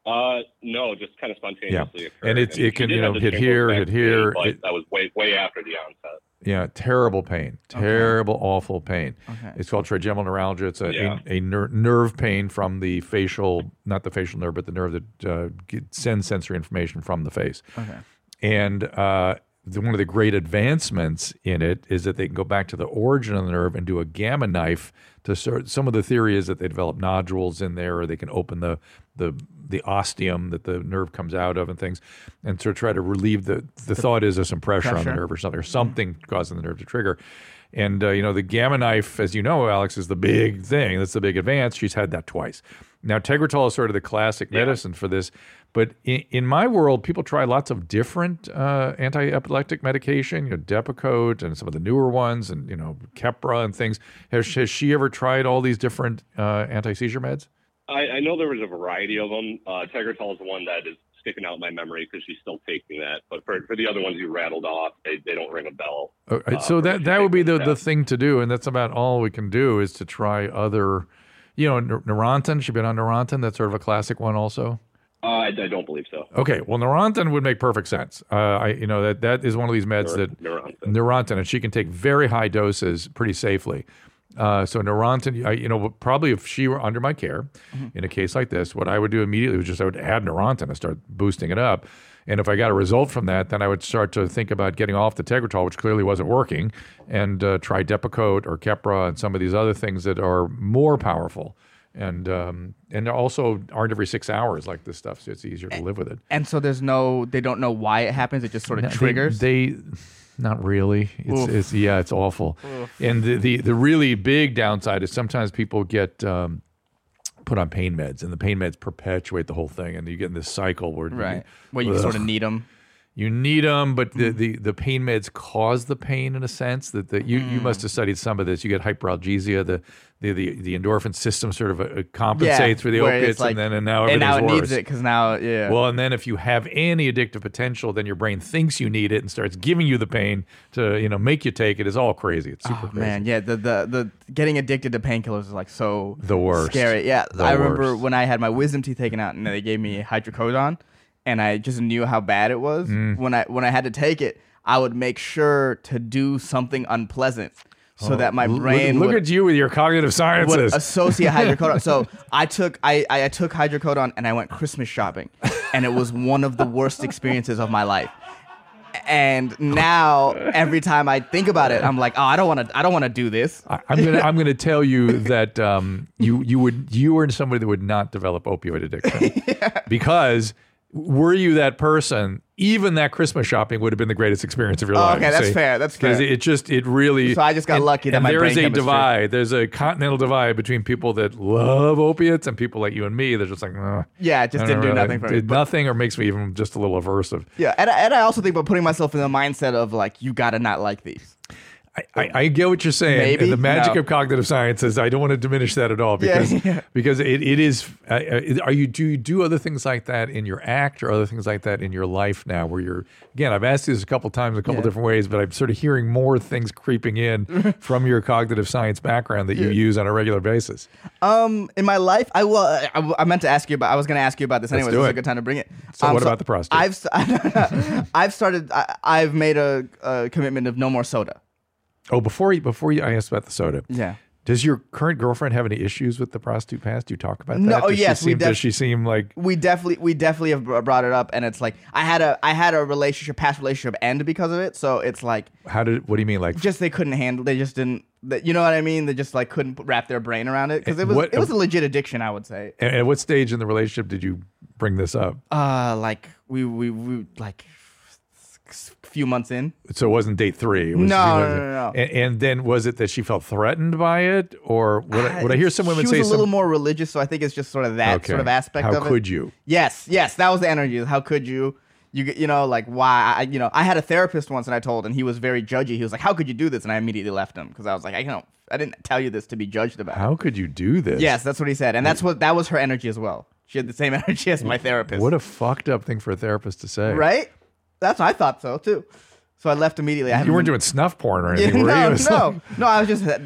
Speaker 7: Uh, no, just kind of spontaneously occurred.
Speaker 1: And it's- it
Speaker 7: she
Speaker 1: can,
Speaker 7: did
Speaker 1: you
Speaker 7: have
Speaker 1: know,
Speaker 7: the
Speaker 1: hit here, hit
Speaker 7: shingles
Speaker 1: here,
Speaker 7: vaccine, But
Speaker 1: it-
Speaker 7: that was way way after the onset.
Speaker 1: Yeah, terrible pain, terrible, awful pain.
Speaker 2: Okay.
Speaker 1: It's called trigeminal neuralgia. It's a,
Speaker 7: Yeah.
Speaker 1: a, a ner- nerve pain from the facial, not the facial nerve, but the nerve that uh, get- sends sensory information from the face.
Speaker 2: Okay.
Speaker 1: And uh, the, one of the great advancements in it is that they can go back to the origin of the nerve and do a gamma knife. To sort, some of the theory is that they develop nodules in there, or they can open the the the ostium that the nerve comes out of, and things, and to try to relieve the the thought is there's some pressure, on the
Speaker 2: pressure.
Speaker 1: nerve or something, or something causing the nerve to trigger. And uh, you know the gamma knife, as you know, Alex, is the big thing. That's the big advance. She's had that twice. Now Tegretol is sort of the classic medicine for this, but in, in my world, people try lots of different uh, anti-epileptic medication, you know, Depakote and some of the newer ones, and you know, Keppra and things. Has, has she ever tried all these different uh, anti-seizure meds?
Speaker 7: I, I know there was a variety of them. Uh, Tegretol is the one that is sticking out in my memory because she's still taking that. But for, for the other ones you rattled off, they, they don't ring a bell.
Speaker 1: All right,
Speaker 7: Uh,
Speaker 1: Oh, so
Speaker 7: for
Speaker 1: that
Speaker 7: which
Speaker 1: that would be the,
Speaker 7: treatment,
Speaker 1: the
Speaker 7: yeah.
Speaker 1: thing to do, and that's about all we can do is to try other, you know, Ner- Neurontin. She been on Neurontin. That's sort of a classic one, also.
Speaker 7: Uh, I, I don't believe so.
Speaker 1: Okay, well, Neurontin would make perfect sense. Uh, I, you know, that that is one of these meds that
Speaker 7: Neuron.
Speaker 1: Neurontin, and she can take very high doses pretty safely. Uh, so Neurontin, I, you know, probably if she were under my care in a case like this, what I would do immediately was just I would add Neurontin and start boosting it up. And if I got a result from that, then I would start to think about getting off the Tegretol, which clearly wasn't working, and uh, try Depakote or Keppra and some of these other things that are more powerful and um, and also aren't every six hours like this stuff, so it's easier to live with it.
Speaker 2: And so there's no, they don't know why it happens. It just sort of
Speaker 1: They-
Speaker 2: triggers.
Speaker 1: They, not really. It's,
Speaker 2: Oof.
Speaker 1: it's yeah, it's awful. And the, the the really big downside is sometimes people get um, put on pain meds, and the pain meds perpetuate the whole thing, and you get in this cycle where you-
Speaker 2: Right. Mm-hmm. Well, you sort of
Speaker 1: Ugh.
Speaker 2: need them.
Speaker 1: you need them, but the, the, the pain meds cause the pain in a sense that that you, you
Speaker 2: Mm.
Speaker 1: must have studied some of this. You get hyperalgesia, the the the, the endorphin system sort of uh, compensates for the
Speaker 2: where it's
Speaker 1: opiates,
Speaker 2: like-
Speaker 1: and then and now
Speaker 2: and
Speaker 1: everything's
Speaker 2: now it
Speaker 1: worse.
Speaker 2: needs it because now, yeah.
Speaker 1: Well, and then if you have any addictive potential, then your brain thinks you need it and starts giving you the pain to you know make you take it. It's all crazy. It's super
Speaker 2: Oh,
Speaker 1: crazy.
Speaker 2: man, yeah, the, the the getting addicted to painkillers is like so
Speaker 1: The worst.
Speaker 2: scary. Yeah,
Speaker 1: The
Speaker 2: I remember
Speaker 1: worst. Mm.
Speaker 2: when I had my wisdom teeth taken out and they gave me hydrocodone, and I just knew how bad it was.
Speaker 1: Mm.
Speaker 2: When I when I had to take it, I would make sure to do something unpleasant so that my
Speaker 1: Oh, Look-
Speaker 2: brain
Speaker 1: Look,
Speaker 2: would,
Speaker 1: at you with your cognitive
Speaker 2: would
Speaker 1: sciences.
Speaker 2: associate hydrocodone. so I took I, I I took hydrocodone and I went Christmas shopping, and it was one of the worst experiences of my life. And now every time I think about it, I'm like, oh, I don't want to. I don't want to do this.
Speaker 1: I, I'm gonna I'm gonna tell you that um, you you would you were somebody that would not develop opioid addiction because were you that person, even that Christmas shopping would have been the greatest experience of your life.
Speaker 2: Oh, okay, that's
Speaker 1: see?
Speaker 2: fair, that's
Speaker 1: 'Cause
Speaker 2: fair.
Speaker 1: It just it really.
Speaker 2: So I just got
Speaker 1: and-
Speaker 2: lucky that
Speaker 1: and
Speaker 2: my
Speaker 1: there
Speaker 2: brain
Speaker 1: is a
Speaker 2: chemistry-
Speaker 1: divide. There's a continental divide between people that love opiates and people like you and me. They're just like, "Ugh,
Speaker 2: Yeah, it just
Speaker 1: I
Speaker 2: didn't
Speaker 1: don't
Speaker 2: do
Speaker 1: really-
Speaker 2: nothing for me.
Speaker 1: Did
Speaker 2: But-
Speaker 1: nothing, or makes me even just a little aversive.
Speaker 2: Yeah, and I, and I also think about putting myself in the mindset of like, you gotta not like these.
Speaker 1: I, I, I get what you're saying.
Speaker 2: Maybe?
Speaker 1: And the magic
Speaker 2: No.
Speaker 1: of cognitive science is I don't want to diminish that at all
Speaker 2: Yeah,
Speaker 1: because
Speaker 2: yeah.
Speaker 1: because it, it is. Uh, uh, are you do you do other things like that in your act or other things like that in your life now? Where you're again, I've asked you this a couple times, a couple
Speaker 2: Yeah.
Speaker 1: different ways, but I'm sort of hearing more things creeping in from your cognitive science background that you use on a regular basis.
Speaker 2: Um, in my life, I well, I- I, I meant to ask you about. I was gonna ask you about this anyway.
Speaker 1: do
Speaker 2: This is
Speaker 1: it.
Speaker 2: a good time to bring it.
Speaker 1: So
Speaker 2: Um,
Speaker 1: what about the prostate?
Speaker 2: I've st- I've started. I, I've made a, a commitment of no more soda.
Speaker 1: Oh, before you, before you, I asked about the soda.
Speaker 2: Yeah.
Speaker 1: Does your current girlfriend have any issues with the prostitute past? Do you talk about that?
Speaker 2: No, oh,
Speaker 1: does
Speaker 2: yes,
Speaker 1: She
Speaker 2: we
Speaker 1: seem,
Speaker 2: def-
Speaker 1: does she seem like
Speaker 2: we definitely we definitely have br- brought it up and it's like i had a i had a relationship past relationship end because of it so it's like
Speaker 1: how did? What do you mean? Like
Speaker 2: just they couldn't handle they just didn't that you know what i mean they just like couldn't wrap their brain around it because it was
Speaker 1: Eh, What-
Speaker 2: it was a legit addiction i would say
Speaker 1: At, at what stage in the relationship did you bring this up?
Speaker 2: uh like we we, we like a few months in
Speaker 1: So it wasn't date three. It was,
Speaker 2: No,
Speaker 1: it was-
Speaker 2: no, no, no.
Speaker 1: And, and then was it that she felt threatened by it, or what? I, what I hear some women
Speaker 2: she
Speaker 1: say
Speaker 2: was a little
Speaker 1: some,
Speaker 2: more religious so i think it's just sort of that sort of aspect
Speaker 1: How
Speaker 2: of it
Speaker 1: could you?
Speaker 2: Yes, yes, that was the energy. How could you? You g- you know like why? I, you know I had a therapist once and I told and he was very judgy. He was like, "How could you do this?" And I immediately left him because I was like, "I don't, I didn't tell you this to be judged about."
Speaker 1: How could you do this?
Speaker 2: Yes, that's what he said, and that's what that was her energy as well. She had the same energy as my therapist.
Speaker 1: What a fucked up thing for a therapist to say.
Speaker 2: right? That's what I thought so too. So I left immediately. I
Speaker 1: You
Speaker 2: haven't
Speaker 1: weren't
Speaker 2: been-
Speaker 1: doing snuff porn or
Speaker 2: Yeah,
Speaker 1: anything, were you?
Speaker 2: no,
Speaker 1: It was
Speaker 2: no,
Speaker 1: like-
Speaker 2: no. I was just. uh,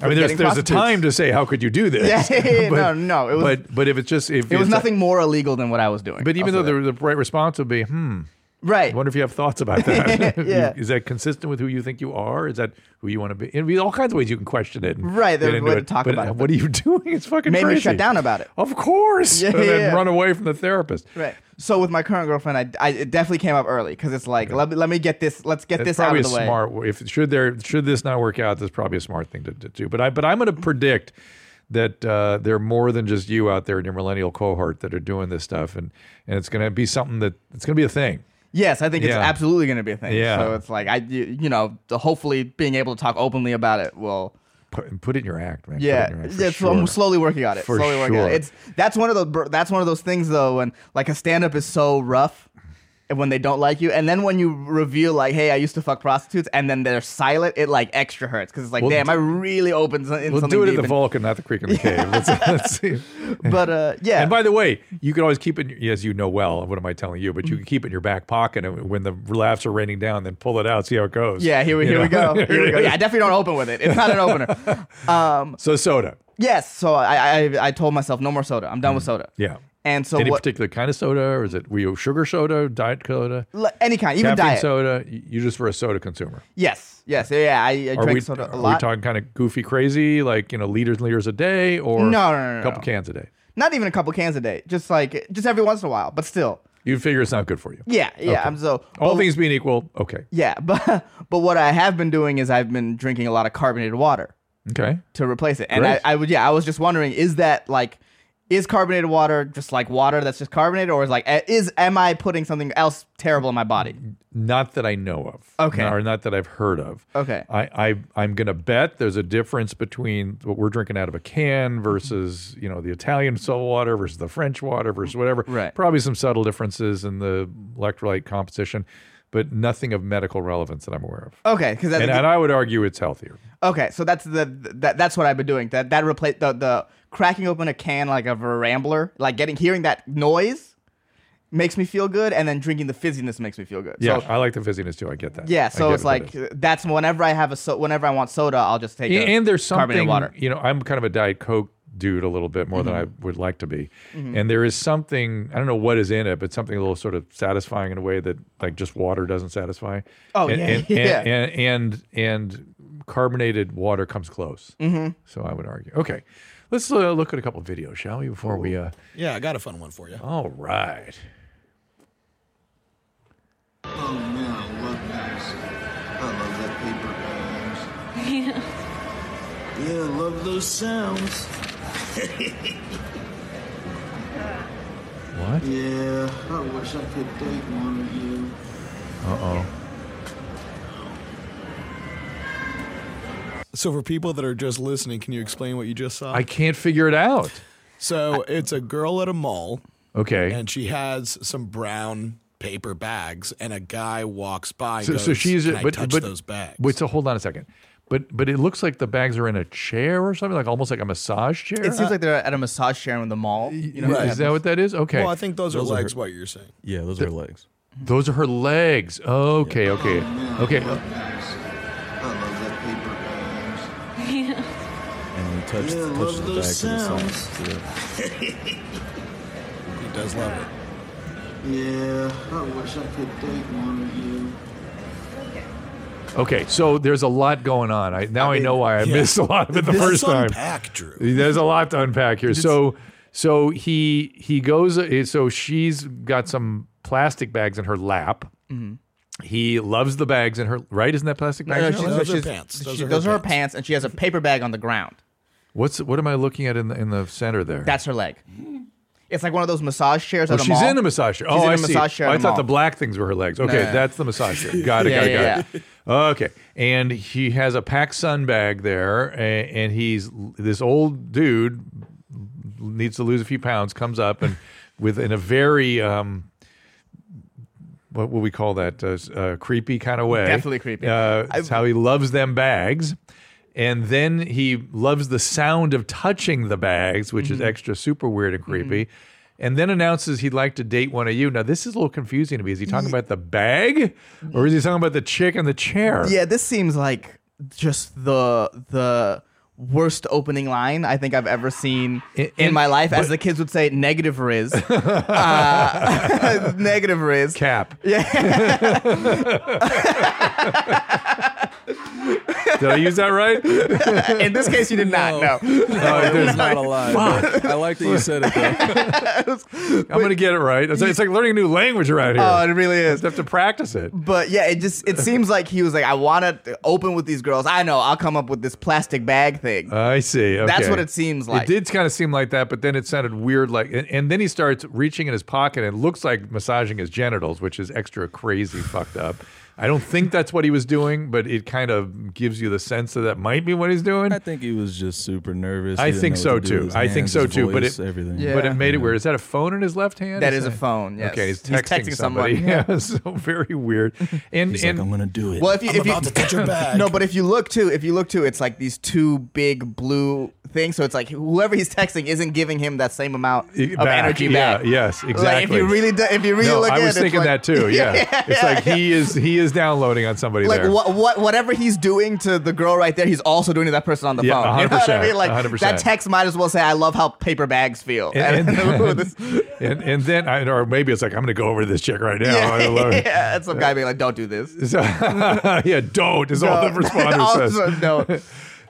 Speaker 2: I
Speaker 1: I mean, there's there's a time to say how could you do this?
Speaker 2: Yeah, yeah, yeah, no, no, it was-
Speaker 1: but but if it's just if
Speaker 2: It was
Speaker 1: it's-
Speaker 2: nothing more illegal than what I was doing.
Speaker 1: But even
Speaker 2: I'll
Speaker 1: though
Speaker 2: say
Speaker 1: the, the right response would be, hmm,
Speaker 2: that. right,
Speaker 1: I wonder if you have thoughts about that.
Speaker 2: Yeah.
Speaker 1: Is that consistent with who you think you are? Is that who you want to be? And there's all kinds of ways you can question it. and
Speaker 2: Right, there's
Speaker 1: get
Speaker 2: a
Speaker 1: into
Speaker 2: way to talk
Speaker 1: But
Speaker 2: about it,
Speaker 1: What are you doing? It's fucking
Speaker 2: made me
Speaker 1: crazy.
Speaker 2: shut down about it.
Speaker 1: Of course.
Speaker 2: Yeah,
Speaker 1: and
Speaker 2: yeah,
Speaker 1: then
Speaker 2: yeah.
Speaker 1: run away from the therapist.
Speaker 2: Right. So with my current girlfriend, I, I it definitely came up early because it's like let me let me get this let's get
Speaker 1: That's
Speaker 2: this out
Speaker 1: probably
Speaker 2: of the
Speaker 1: a
Speaker 2: way.
Speaker 1: smart. If should there should this not work out, that's probably a smart thing to, to do. But I but I'm going to predict that uh, there are more than just you out there in your millennial cohort that are doing this stuff, and and it's going to be something that it's going to be a thing.
Speaker 2: Yes, I think it's
Speaker 1: Yeah.
Speaker 2: absolutely going to be a thing.
Speaker 1: Yeah.
Speaker 2: So it's like I you, you know the- hopefully being able to talk openly about it will
Speaker 1: Put, put it in your act, man. Put it in
Speaker 2: yeah
Speaker 1: your act for
Speaker 2: yeah. So I'm
Speaker 1: sure.
Speaker 2: slowly working on it.
Speaker 1: For
Speaker 2: slowly working on it.
Speaker 1: sure.
Speaker 2: It's that's one of the br- that's one of those things though when like a stand up is so rough. and When they don't like you, and then when you reveal like, "Hey, I used to fuck prostitutes," and then they're silent, it like extra hurts because it's like,
Speaker 1: Well,
Speaker 2: "Damn,
Speaker 1: d-
Speaker 2: I really opened so- in
Speaker 1: We'll
Speaker 2: something
Speaker 1: do it
Speaker 2: deep
Speaker 1: at the
Speaker 2: and-
Speaker 1: Vulcan, not the creek in the cave. Let's, let's see.
Speaker 2: But uh, yeah,
Speaker 1: And by the way, you can always keep it, as you know well, what am I telling you? But
Speaker 2: Mm.
Speaker 1: you can keep it in your back pocket. And when the laughs are raining down, then pull it out, see how it goes.
Speaker 2: Yeah, here we,
Speaker 1: You
Speaker 2: here we
Speaker 1: know?
Speaker 2: go. Here we go. Yeah, I definitely don't open with it. It's not an opener. Um,
Speaker 1: So, soda.
Speaker 2: yes, so I, I I told myself no more soda. I'm done with soda.
Speaker 1: Mm. Yeah.
Speaker 2: And so
Speaker 1: Any
Speaker 2: what?
Speaker 1: particular kind of soda? Or is it, were you sugar soda, diet soda,
Speaker 2: li- any kind, even
Speaker 1: caffeine
Speaker 2: diet.
Speaker 1: soda? You you just were a soda consumer.
Speaker 2: Yes, yes, yeah. yeah, I, I
Speaker 1: are
Speaker 2: drank
Speaker 1: we,
Speaker 2: soda a
Speaker 1: are
Speaker 2: lot.
Speaker 1: we talking kind of goofy, crazy, like, you know, liters and liters a day or
Speaker 2: No, no, no, no,
Speaker 1: a couple
Speaker 2: no.
Speaker 1: cans a day?
Speaker 2: Not even a couple cans a day. Just like just every once in a while, but still.
Speaker 1: You figure it's not good for you.
Speaker 2: Yeah, yeah.
Speaker 1: Okay.
Speaker 2: I'm so
Speaker 1: All
Speaker 2: but-
Speaker 1: things being equal, okay.
Speaker 2: Yeah, but but what I have been doing is I've been drinking a lot of carbonated water.
Speaker 1: Okay.
Speaker 2: to replace it. And
Speaker 1: Great.
Speaker 2: I, I would, yeah, I was just wondering, is that like, is carbonated water just like water that's just carbonated, or is like a- is am I putting something else terrible in my body?
Speaker 1: Mm. Not that I know of.
Speaker 2: Okay.
Speaker 1: Or not that I've heard of.
Speaker 2: Okay.
Speaker 1: I, I I'm gonna bet there's a difference between what we're drinking out of a
Speaker 2: Mm-hmm.
Speaker 1: can versus you know the Italian salt water versus the French water versus whatever.
Speaker 2: Right.
Speaker 1: Probably some subtle differences in the electrolyte composition, but nothing of medical relevance that I'm aware of.
Speaker 2: Okay, because that's
Speaker 1: And, and I would argue it's healthier.
Speaker 2: okay. So that's the that, that's what I've been doing. That that replace the the cracking open a can like of a rambler, like getting hearing that noise makes me feel good, and then drinking the fizziness makes me feel good.
Speaker 1: Yeah,
Speaker 2: So,
Speaker 1: I like the fizziness too. I get that.
Speaker 2: yeah.
Speaker 1: I
Speaker 2: So
Speaker 1: get
Speaker 2: it's
Speaker 1: what that
Speaker 2: like
Speaker 1: is.
Speaker 2: that's whenever I have a so whenever I want soda, I'll just take.
Speaker 1: and,
Speaker 2: a
Speaker 1: and there's something.
Speaker 2: carbonated water. Mm-hmm.
Speaker 1: You know, I'm kind of a diet coke dude a little bit more than I would like to be, and there is something I don't know what is in it, but something a little sort of satisfying in a way that like just water doesn't satisfy.
Speaker 2: Oh,
Speaker 1: and,
Speaker 2: yeah,
Speaker 1: and,
Speaker 2: yeah.
Speaker 1: And, and and carbonated water comes close.
Speaker 2: Mm-hmm.
Speaker 1: So I would argue. Okay, let's uh, look at a couple of videos, shall we? Before we. Uh,
Speaker 8: Yeah, I got a fun one for you.
Speaker 1: all right.
Speaker 9: Oh no, what nice. I love that paper bags. Yeah. I love those sounds.
Speaker 1: What?
Speaker 9: Yeah, I wish I could date one of you.
Speaker 1: Uh
Speaker 8: So, for people that are just listening, can you explain what you just saw?
Speaker 1: I can't figure it out.
Speaker 8: so, it's a girl at a mall,
Speaker 1: Okay.
Speaker 8: and she has some brown paper bags, and a guy walks by. And
Speaker 1: So,
Speaker 8: goes,
Speaker 1: so she's
Speaker 8: can I
Speaker 1: but
Speaker 8: touch
Speaker 1: but
Speaker 8: those bags.
Speaker 1: Wait, so hold on a second. But but it looks like the bags are in a chair or something, like almost like a massage chair.
Speaker 2: It seems like they're at a massage chair in the mall. You know,
Speaker 1: Is that what that is? Okay.
Speaker 8: Well, I think those, are legs. What you're saying?
Speaker 10: Yeah, those are legs.
Speaker 1: Those are her legs. Okay, okay, okay.
Speaker 9: Nice. I love that paper bags.
Speaker 10: And you touch,
Speaker 9: Yeah,
Speaker 10: touch
Speaker 9: love
Speaker 10: the
Speaker 9: those
Speaker 10: bags of the
Speaker 9: sounds.
Speaker 10: socks. Yeah.
Speaker 8: He does love it.
Speaker 9: Yeah, I wish I could date one of you.
Speaker 1: Okay, so there's a lot going on. I now I, know why I
Speaker 8: yeah.
Speaker 1: missed a lot of it the
Speaker 8: Let's
Speaker 1: first time.
Speaker 8: unpack, Drew.
Speaker 1: There's a lot to unpack here. So so he he goes eh, so she's got some plastic bags in her lap. He loves the bags in her right, isn't that plastic bags? in her
Speaker 8: she's-
Speaker 1: lap?
Speaker 8: Those are
Speaker 2: she's-
Speaker 8: pants. Those
Speaker 2: she-
Speaker 8: are her
Speaker 2: those are her
Speaker 8: pants.
Speaker 2: pants, and she has a paper bag on the ground.
Speaker 1: What's what am I looking at in the in the center there?
Speaker 2: That's her leg. It's like one of those massage chairs.
Speaker 1: Oh,
Speaker 2: at a
Speaker 1: she's
Speaker 2: mall.
Speaker 1: in a massage chair. oh,
Speaker 2: in
Speaker 1: I
Speaker 2: a
Speaker 1: see.
Speaker 2: massage chair
Speaker 1: Oh,
Speaker 2: at
Speaker 1: I
Speaker 2: a
Speaker 1: thought the
Speaker 2: mall.
Speaker 1: black things were her legs. Okay,
Speaker 2: no.
Speaker 1: that's the massage chair. Got it.
Speaker 2: Yeah,
Speaker 1: got it.
Speaker 2: yeah,
Speaker 1: got it. Okay, and he has a packed sun bag there, and, and he's this old dude needs to lose a few pounds. Comes up and with in a very um, what would we call that? Uh, s- uh, creepy kind of way.
Speaker 2: Definitely creepy.
Speaker 1: Uh, it's how he loves them bags. And then he loves the sound of touching the bags, which
Speaker 10: Mm-hmm.
Speaker 1: is extra super weird and creepy. And then announces he'd like to date one of you. Now, this is a little confusing to me. Is he talking about the bag or is he talking about the chick in the chair?
Speaker 2: Yeah, this seems like just the the worst opening line I think I've ever seen
Speaker 1: I-
Speaker 2: in
Speaker 1: and-
Speaker 2: my life. As the kids would say, negative Riz. uh, negative Riz.
Speaker 1: Cap. Yeah. Did I use that right?
Speaker 2: In this case, you did not. No.
Speaker 1: Oh, there's-
Speaker 10: not a lie. but I like that you said it though. Uh,
Speaker 1: I'm going to get it right. It's like, it's like learning a new language around here.
Speaker 2: Oh, it really is.
Speaker 1: you have to practice it.
Speaker 2: But yeah, it just it seems like he was like, I want to open with these girls. I know I'll come up with this plastic bag thing.
Speaker 1: I see.
Speaker 2: That's
Speaker 1: Uh, okay.
Speaker 2: what it seems like.
Speaker 1: It did kind of seem like that, but then it sounded weird. Like, and, and then he starts reaching in his pocket and it looks like massaging his genitals, which is extra crazy, fucked up. I don't think that's what he was doing, but it kind of gives you the sense that that might be what he's doing.
Speaker 10: I think he was just super nervous.
Speaker 1: I
Speaker 10: He didn't
Speaker 1: think
Speaker 10: know what to
Speaker 1: so,
Speaker 10: do with
Speaker 1: too.
Speaker 10: his
Speaker 1: I think
Speaker 10: hands,
Speaker 1: so,
Speaker 10: his
Speaker 1: too, but
Speaker 10: voice,
Speaker 1: it-
Speaker 10: everything.
Speaker 2: Yeah. Mm-hmm.
Speaker 1: But it made it weird. Is that a phone in his left hand?
Speaker 2: That is a phone, yes.
Speaker 1: Okay, he's texting,
Speaker 2: He's texting
Speaker 1: somebody.
Speaker 2: someone.
Speaker 1: Yeah, so very weird. And
Speaker 10: He's
Speaker 1: and
Speaker 10: like, I'm gonna do it.
Speaker 2: well, if you
Speaker 8: I'm
Speaker 2: if
Speaker 8: about
Speaker 2: you
Speaker 8: to touch your bag.
Speaker 2: No, but if you look too, if you look too, it's like these two big blue things. So it's like whoever he's texting isn't giving him that same amount
Speaker 1: It-
Speaker 2: of
Speaker 1: E, back.
Speaker 2: energy
Speaker 1: Yeah,
Speaker 2: back.
Speaker 1: yes,
Speaker 2: Like if
Speaker 1: exactly.
Speaker 2: you really, do, if you really
Speaker 1: no,
Speaker 2: look
Speaker 1: I
Speaker 2: at
Speaker 1: was
Speaker 2: it, it's
Speaker 1: thinking that
Speaker 2: like-
Speaker 1: too. Yeah, it's like he is he is downloading on somebody
Speaker 2: Like
Speaker 1: there.
Speaker 2: what, what, whatever he's doing to the girl right there, he's also doing to that person on the
Speaker 1: Yeah,
Speaker 2: phone. You know what I
Speaker 1: 100%,
Speaker 2: mean? Like
Speaker 1: 100%.
Speaker 2: that text might as well say, "I love how paper bags feel."
Speaker 1: and, oh,
Speaker 2: And-
Speaker 1: and, and, and then I, or maybe it's like I'm going to go over to this chick right now. I
Speaker 2: yeah,
Speaker 1: love it.
Speaker 2: yeah, and some guy being like, "Don't do this."
Speaker 1: So, yeah, don't is all the
Speaker 2: No.
Speaker 1: responder
Speaker 2: Also,
Speaker 1: says.
Speaker 2: no.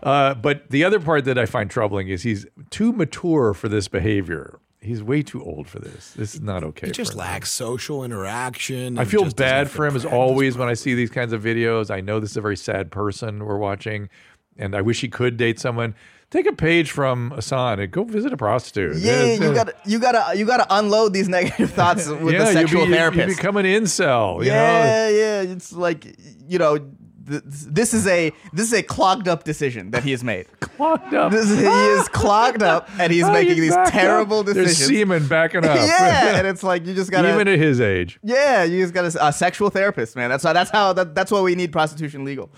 Speaker 1: Uh, but the other part that I find troubling is he's too mature for this behavior. He's way too old for this. This is not okay.
Speaker 8: He just
Speaker 1: for him.
Speaker 8: lacks social interaction.
Speaker 1: I
Speaker 8: and
Speaker 1: feel
Speaker 8: just doesn't
Speaker 1: bad
Speaker 8: have
Speaker 1: for
Speaker 8: the
Speaker 1: him as
Speaker 8: practice.
Speaker 1: always when I see these kinds of videos. I know this is a very sad person we're watching, and I wish he could date someone. Take a page from Asan and go visit a prostitute. uh,
Speaker 2: Yeah, you gotta, you gotta, you gotta unload these negative thoughts with
Speaker 1: yeah,
Speaker 2: a sexual
Speaker 1: you be, you-
Speaker 2: therapist.
Speaker 1: You become an incel. You know?
Speaker 2: yeah, yeah, it's like you know, th- this is a this is a clogged up decision that he has made.
Speaker 1: Clogged up.
Speaker 2: This is, he is clogged up, and he's
Speaker 1: Oh,
Speaker 2: making
Speaker 1: he's
Speaker 2: these
Speaker 1: backed up.
Speaker 2: terrible
Speaker 1: There's
Speaker 2: decisions.
Speaker 1: semen backing up.
Speaker 2: yeah, and it's like you just gotta
Speaker 1: even at his age.
Speaker 2: Yeah, you just got a, a sexual therapist, man. That's how. That's how. That, that's why we need prostitution legal.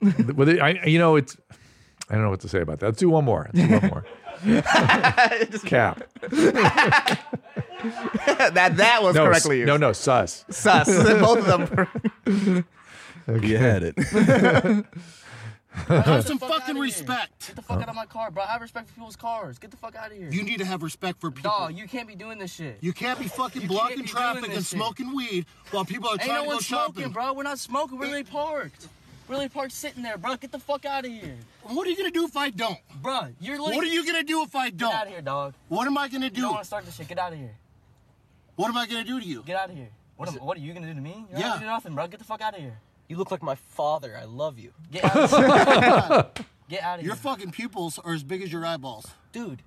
Speaker 1: Well, they- I, you know, it's I don't know what to say about that. Let's do one more. Let's do one more. Cap.
Speaker 2: that that was
Speaker 1: no, s-
Speaker 2: correctly used.
Speaker 1: no, no, sus.
Speaker 2: Sus. Both of them.
Speaker 10: You had it.
Speaker 11: Have some fucking respect.
Speaker 12: Get the fuck out of my car, bro. I have respect for people's cars. Get the fuck out of here.
Speaker 11: You need to have respect for people.
Speaker 12: Dog, you can't be doing this shit.
Speaker 11: You can't be fucking
Speaker 12: You can't
Speaker 11: blocking
Speaker 12: be doing
Speaker 11: traffic
Speaker 12: this
Speaker 11: and
Speaker 12: shit.
Speaker 11: smoking weed while people are
Speaker 12: Ain't
Speaker 11: trying
Speaker 12: no
Speaker 11: to
Speaker 12: one
Speaker 11: go
Speaker 12: smoking,
Speaker 11: shopping.
Speaker 12: bro. We're not smoking. We're really parked. We're really parked sitting there, bro. Get the fuck out of here.
Speaker 11: What are you gonna do if I don't?
Speaker 12: Bro, you're like.
Speaker 11: What are you gonna do if I don't?
Speaker 12: Get out of here, dog.
Speaker 11: What am I gonna
Speaker 12: You
Speaker 11: do?
Speaker 12: don't want to start this shit. Get out of here.
Speaker 11: What am I gonna do to you?
Speaker 12: Get out of here. What, am, what are you gonna do to me? You're
Speaker 11: Yeah.
Speaker 12: not gonna do nothing, bro. Get the fuck out of here.
Speaker 11: You look like my father. I love you.
Speaker 12: Get out of here. Get out of here.
Speaker 11: Your fucking pupils are as big as your eyeballs.
Speaker 12: Dude.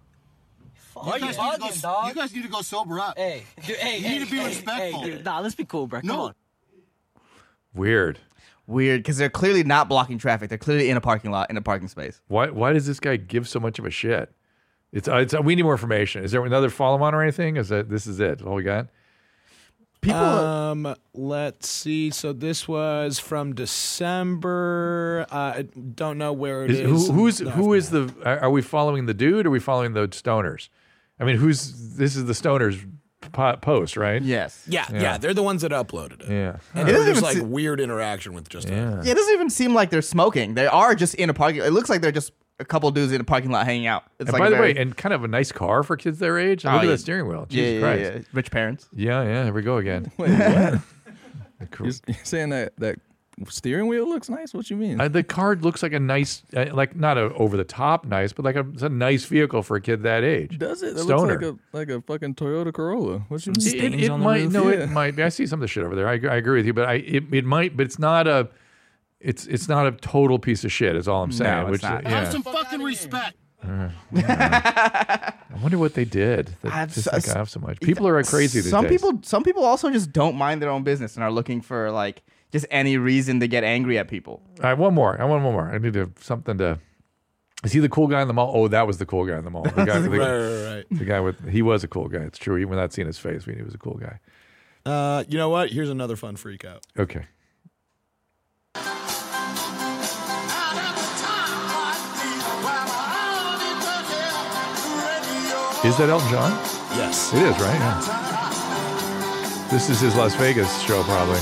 Speaker 11: you,
Speaker 12: Fuck
Speaker 11: guys
Speaker 12: yeah.
Speaker 11: need to go,
Speaker 12: Fucking dog.
Speaker 11: you guys need to go sober up.
Speaker 12: Hey, dude, hey,
Speaker 11: you
Speaker 12: hey,
Speaker 11: need to be
Speaker 12: hey,
Speaker 11: respectful.
Speaker 12: Hey, dude, nah, let's be cool, bro. Come
Speaker 11: No.
Speaker 12: on.
Speaker 1: Weird.
Speaker 2: Weird, because they're clearly not blocking traffic. They're clearly in a parking lot, in a parking space.
Speaker 1: Why why does this guy give so much of a shit? It's, uh, it's uh, we need more information. Is there another follow on or anything? Is that this is it? All we got?
Speaker 2: People.
Speaker 13: Um, let's see. So this was from December. Uh, I don't know where it
Speaker 1: Is,
Speaker 13: is.
Speaker 1: who, who's who is the? Are are we following the dude? Or are we following the stoners? I mean, who's this is the stoners po- post, right?
Speaker 2: Yes.
Speaker 8: Yeah, yeah, they're the ones that uploaded it.
Speaker 1: Yeah.
Speaker 8: And
Speaker 2: It doesn't
Speaker 8: there's
Speaker 2: even
Speaker 8: like
Speaker 2: se-
Speaker 8: weird interaction with just yeah.
Speaker 2: Yeah, it doesn't even seem like they're smoking. They are just in a parking. It looks like they're just a couple dudes in a parking lot hanging out. It's
Speaker 1: and
Speaker 2: like
Speaker 1: by
Speaker 2: a
Speaker 1: the
Speaker 2: very-
Speaker 1: way, and kind of a nice car for kids their age.
Speaker 2: Oh,
Speaker 1: Look at
Speaker 2: yeah.
Speaker 1: that steering wheel.
Speaker 2: Yeah,
Speaker 1: Jesus
Speaker 2: yeah,
Speaker 1: Christ.
Speaker 2: yeah. Rich parents.
Speaker 1: Yeah, yeah. Here we go again.
Speaker 10: You're, you're saying that that steering wheel looks nice? What you mean?
Speaker 1: Uh, the card looks like a nice, uh, like not a over the top nice, but like a, it's a nice vehicle for a kid that age.
Speaker 10: Does it? That
Speaker 1: Stoner.
Speaker 10: looks like a like a fucking Toyota Corolla. What you
Speaker 1: It-
Speaker 10: mean?
Speaker 1: it, it might no, it might be. I see some of the shit over there. I, I agree with you, but I it, it might, but it's not a, it's it's not a total piece of shit. Is all I'm saying.
Speaker 2: it's
Speaker 1: which
Speaker 2: not.
Speaker 1: yeah.
Speaker 11: Have some fucking respect.
Speaker 1: Uh, yeah. I wonder what they did. That
Speaker 2: I've
Speaker 1: just
Speaker 2: s- e-,
Speaker 1: like I have so much. People are crazy. These
Speaker 2: Some
Speaker 1: days.
Speaker 2: people, some people also just don't mind their own business and are looking for like just any reason to get angry at people.
Speaker 1: All right, one more. I want one more. I need to, something to. Is he the cool guy in the mall? Oh, that was the cool guy in the mall. The guy, the,
Speaker 8: Right, right, right.
Speaker 1: the guy with he was a cool guy. It's true. Even without seeing his face, we knew he was a cool guy.
Speaker 8: Uh, you know what? Here's another fun freak out.
Speaker 1: Okay. Is that Elton John?
Speaker 8: Yes.
Speaker 1: It is, right? Yeah. This is his Las Vegas show, probably.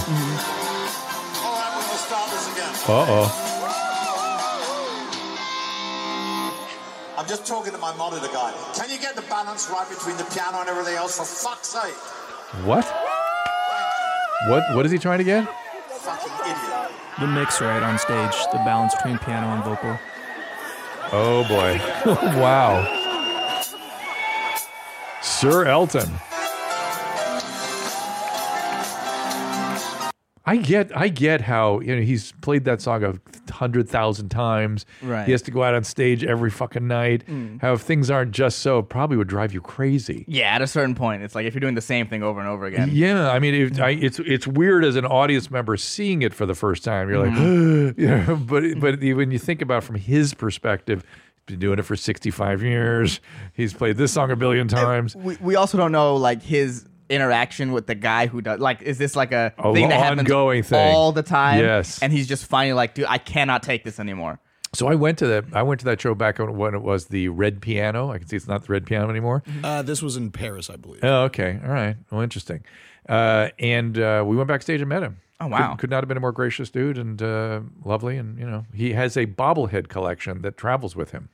Speaker 1: Uh oh.
Speaker 14: I'm just talking to my monitor guy. Can you get the balance right between the piano and everything else? For fuck's sake,
Speaker 1: What? What? What is he trying to get?
Speaker 14: fucking idiot.
Speaker 15: The mix right on stage, the balance between piano and vocal.
Speaker 1: Oh boy. wow. Sir Elton. I get I get how you know he's played that song a hundred thousand times.
Speaker 2: Right.
Speaker 1: He has to go out on stage every fucking night.
Speaker 2: Mm.
Speaker 1: How if things aren't just so it probably would drive you crazy.
Speaker 2: Yeah, at a certain point, it's like if you're doing the same thing over and over again.
Speaker 1: Yeah, I mean, it, I, it's it's weird as an audience member seeing it for the first time. You're like,
Speaker 2: Mhm.
Speaker 1: yeah, but but when you think about it from his perspective, he's been doing it for 65 years. He's played this song a billion times.
Speaker 2: We, we also don't know like his interaction with the guy who does like is this like a,
Speaker 1: A
Speaker 2: thing that happens
Speaker 1: ongoing thing.
Speaker 2: all the time
Speaker 1: Yes.
Speaker 2: and he's just finally like dude i cannot take this anymore
Speaker 1: So I went to that I went to that show back when it was the Red Piano. I can see it's not the Red Piano anymore.
Speaker 2: Mm-hmm.
Speaker 8: Uh, this was in Paris, I believe.
Speaker 1: Oh, okay, all right. Well, interesting. Uh, and uh, we went backstage and met him.
Speaker 2: Oh, wow.
Speaker 1: Could, could not have been a more gracious dude and uh, lovely. And you know, he has a bobblehead collection that travels with him.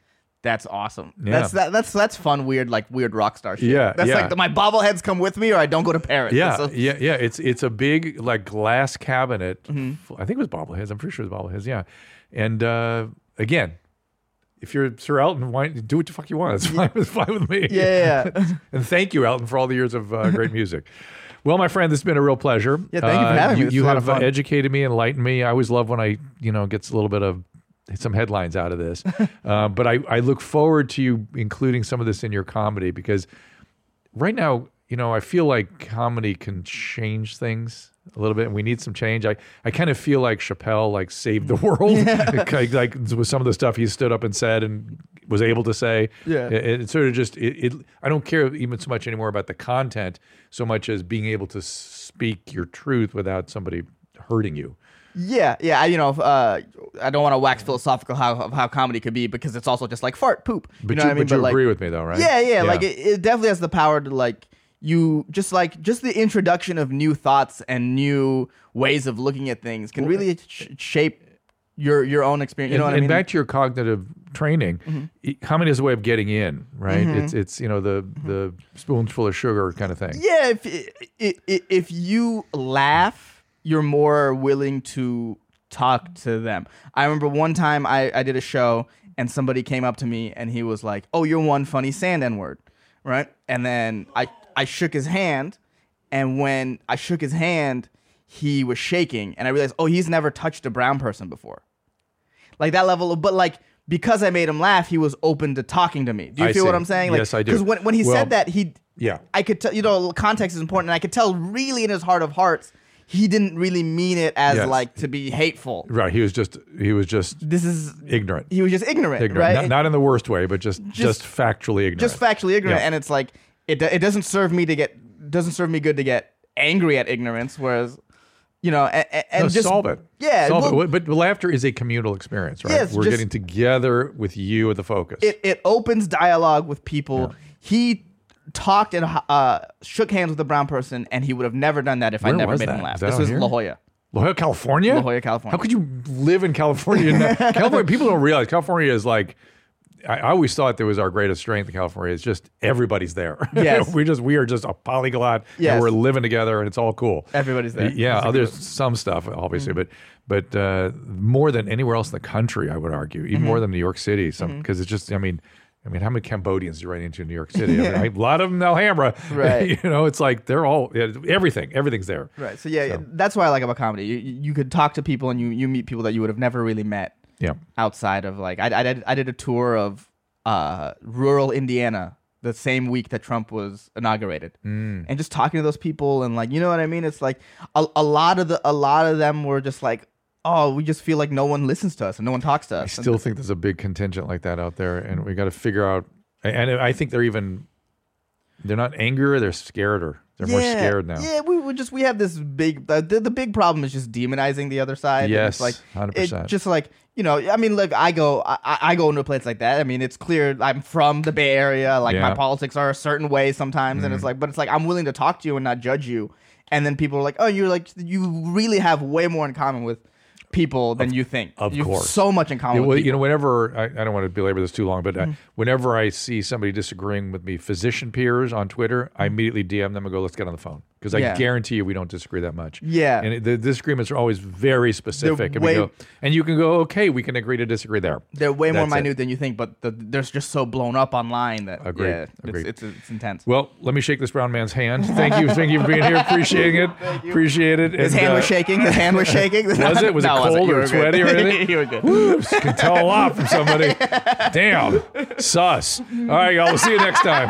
Speaker 2: that's awesome
Speaker 1: Yeah.
Speaker 2: that's that, that's that's fun weird like weird rock star shit
Speaker 1: Yeah,
Speaker 2: that's
Speaker 1: yeah.
Speaker 2: like the, my bobbleheads come with me or i don't go to paris
Speaker 1: Yeah,
Speaker 2: That's a-
Speaker 1: yeah, yeah. It's it's a big like glass cabinet.
Speaker 2: Mm-hmm.
Speaker 1: f- I think it was bobbleheads. I'm pretty sure it was bobbleheads. Yeah, and uh, again, if you're Sir Elton, why do what the fuck you want? It's fine, it's fine with me.
Speaker 2: Yeah,
Speaker 1: and thank you, Elton, for all the years of uh, great music. Well, my friend, this has been a real pleasure. Uh,
Speaker 2: Yeah, thank you for having me.
Speaker 1: you,
Speaker 2: This
Speaker 1: You
Speaker 2: was a lot
Speaker 1: have
Speaker 2: of
Speaker 1: uh,
Speaker 2: fun.
Speaker 1: educated me, enlightened me. I always love when I, you know, gets a little bit of some headlines out of this. uh, but I, I look forward to you including some of this in your comedy because right now, you know, I feel like comedy can change things a little bit, and we need some change. I, I kind of feel like Chappelle like saved the
Speaker 2: Mm.
Speaker 1: world, like, like with some of the stuff he stood up and said and was able to say.
Speaker 2: Yeah.
Speaker 1: it, it sort of just it, it. I don't care even so much anymore about the content, so much as being able to speak your truth without somebody hurting you.
Speaker 2: Yeah, yeah. I, you know, uh, I don't want to wax philosophical how of how comedy could be because it's also just like fart poop.
Speaker 1: But
Speaker 2: know
Speaker 1: you,
Speaker 2: what I mean?
Speaker 1: but you
Speaker 2: like,
Speaker 1: agree with me though, right?
Speaker 2: Yeah, yeah, Like it, it definitely has the power to like you just like just the introduction of new thoughts and new ways of looking at things can really sh- shape your your own experience. You know
Speaker 1: and,
Speaker 2: what I
Speaker 1: and
Speaker 2: mean? Mm-hmm.
Speaker 1: back to your cognitive training, e- comedy is a way of getting in, right?
Speaker 2: Mhm.
Speaker 1: It's it's you know the the spoonful of sugar kind of thing.
Speaker 2: Mm-hmm. Yeah, if if, if if you laugh, you're more willing to talk to them. I remember one time I, I did a show and somebody came up to me and he was like, "Oh, you're one funny sand n word," right? And then I I shook his hand, and when I shook his hand, he was shaking, and I realized, oh, he's never touched a brown person before, like that level. Of, but like. Because I made him laugh, he was open to talking to me. Do you
Speaker 1: I
Speaker 2: feel what
Speaker 1: see.
Speaker 2: I'm saying? Like,
Speaker 1: Yes, I do.
Speaker 2: Because when, when he
Speaker 1: Well,
Speaker 2: said that, he
Speaker 1: Yeah.
Speaker 2: I could tell, you know, context is important, and I could tell really in his heart of hearts, he didn't really mean it as
Speaker 1: Yes.
Speaker 2: like to be hateful.
Speaker 1: Right. He was just he was just
Speaker 2: this is
Speaker 1: ignorant.
Speaker 2: He was just ignorant, right?
Speaker 1: Not, not in the worst way, but just just,
Speaker 2: Just-
Speaker 1: factually ignorant.
Speaker 2: Just factually ignorant,
Speaker 1: Yeah.
Speaker 2: and it's like it, do- it doesn't serve me to get doesn't serve me good to get angry at ignorance, whereas you know, and, and
Speaker 1: No,
Speaker 2: just
Speaker 1: solve it.
Speaker 2: Yeah,
Speaker 1: Solve
Speaker 2: well,
Speaker 1: it. But laughter is a communal experience, right?
Speaker 2: Yes,
Speaker 1: We're
Speaker 2: just-
Speaker 1: getting together with you at the focus.
Speaker 2: it it opens dialogue with people. He talked and uh, shook hands with a brown person, and he would have never done that if I
Speaker 1: Where
Speaker 2: never
Speaker 1: was
Speaker 2: made him
Speaker 1: that?
Speaker 2: laugh.
Speaker 1: Is that
Speaker 2: this
Speaker 1: out
Speaker 2: was
Speaker 1: here?
Speaker 2: La Jolla.
Speaker 1: La Jolla, California.
Speaker 2: La Jolla, California.
Speaker 1: How could you live in California? and not- California people don't realize California is like. I I always thought that was our greatest strength in California. It's just everybody's there.
Speaker 2: Yes.
Speaker 1: we just we are just a polyglot.
Speaker 2: Yes.
Speaker 1: and we're living together, and it's all cool.
Speaker 2: Everybody's there.
Speaker 1: Yeah,
Speaker 2: That's a good Mm.
Speaker 1: there's some stuff obviously, but but uh, more than anywhere else in the country, I would argue, even
Speaker 2: Mhm.
Speaker 1: more than New York City, because
Speaker 2: Mhm.
Speaker 1: it's just I mean. I mean, how many Cambodians do you run into in New York City? I
Speaker 2: Yeah.
Speaker 1: mean, a lot of them in Alhambra.
Speaker 2: Right.
Speaker 1: you know, it's like they're all, yeah, everything, everything's there.
Speaker 2: Right. So yeah, that's why I like about comedy. You, you could talk to people and you you meet people that you would have never really met.
Speaker 1: Yeah.
Speaker 2: Outside of like I I did, I did a tour of uh rural Indiana the same week that Trump was inaugurated.
Speaker 1: Mm.
Speaker 2: And just talking to those people and like you know what I mean? It's like a, a lot of the a lot of them were just like, "Oh, we just feel like no one listens to us and no one talks to us."
Speaker 1: I still think there's a big contingent like that out there, and we got to figure out. And I think they're even they're not angrier; they're scareder. They're more scared now.
Speaker 2: Yeah, we, we just we have this big the, the, the big problem is just demonizing the other side. and
Speaker 1: Yes,
Speaker 2: it's like
Speaker 1: 100%.
Speaker 2: it- just like you know, I mean, look, I go I, I I go into a place like that. I mean, it's clear I'm from the Bay Area. Like my
Speaker 1: Yeah.
Speaker 2: politics are a certain way sometimes, and it's
Speaker 1: Mhm.
Speaker 2: like, but it's like I'm willing to talk to you and not judge you. And then people are like, oh, you're like you really have way more in common with people than you think.
Speaker 1: Of
Speaker 2: you have
Speaker 1: course,
Speaker 2: so much in common.
Speaker 1: Yeah,
Speaker 2: with
Speaker 1: well,
Speaker 2: Oh, people.
Speaker 1: you know, whenever I, I don't want to belabor this too long, but uh
Speaker 2: Mhm.
Speaker 1: whenever I see somebody disagreeing with me, physician peers on Twitter, I immediately DM them and go, "Let's get on the phone," because I
Speaker 2: Mm. Yeah.
Speaker 1: guarantee you we don't disagree that much.
Speaker 2: Yeah.
Speaker 1: and it, the disagreements are always very specific, and
Speaker 2: way-
Speaker 1: we go, and you can go, "Okay, we can agree to disagree there."
Speaker 2: They're way more
Speaker 1: That's it.
Speaker 2: minute than you think, but the, they're just so blown up online that
Speaker 1: Agreed.
Speaker 2: yeah,
Speaker 1: Agreed.
Speaker 2: It's, it's, it's intense.
Speaker 1: Well, let me shake this brown man's hand. Thank you. Thank you for being here. Appreciating it.
Speaker 2: Thank you.
Speaker 1: Appreciate it.
Speaker 2: His
Speaker 1: And,
Speaker 2: hand was
Speaker 1: uh,
Speaker 2: shaking. His hand was shaking.
Speaker 1: Was it? Was
Speaker 2: No,
Speaker 1: it
Speaker 2: wasn't.
Speaker 1: cold
Speaker 2: You were
Speaker 1: or
Speaker 2: good.
Speaker 1: sweaty or anything?
Speaker 2: you were good.
Speaker 1: Woo, just can tell a lot from somebody. Damn. Sus. All right, y'all. We'll see you next time.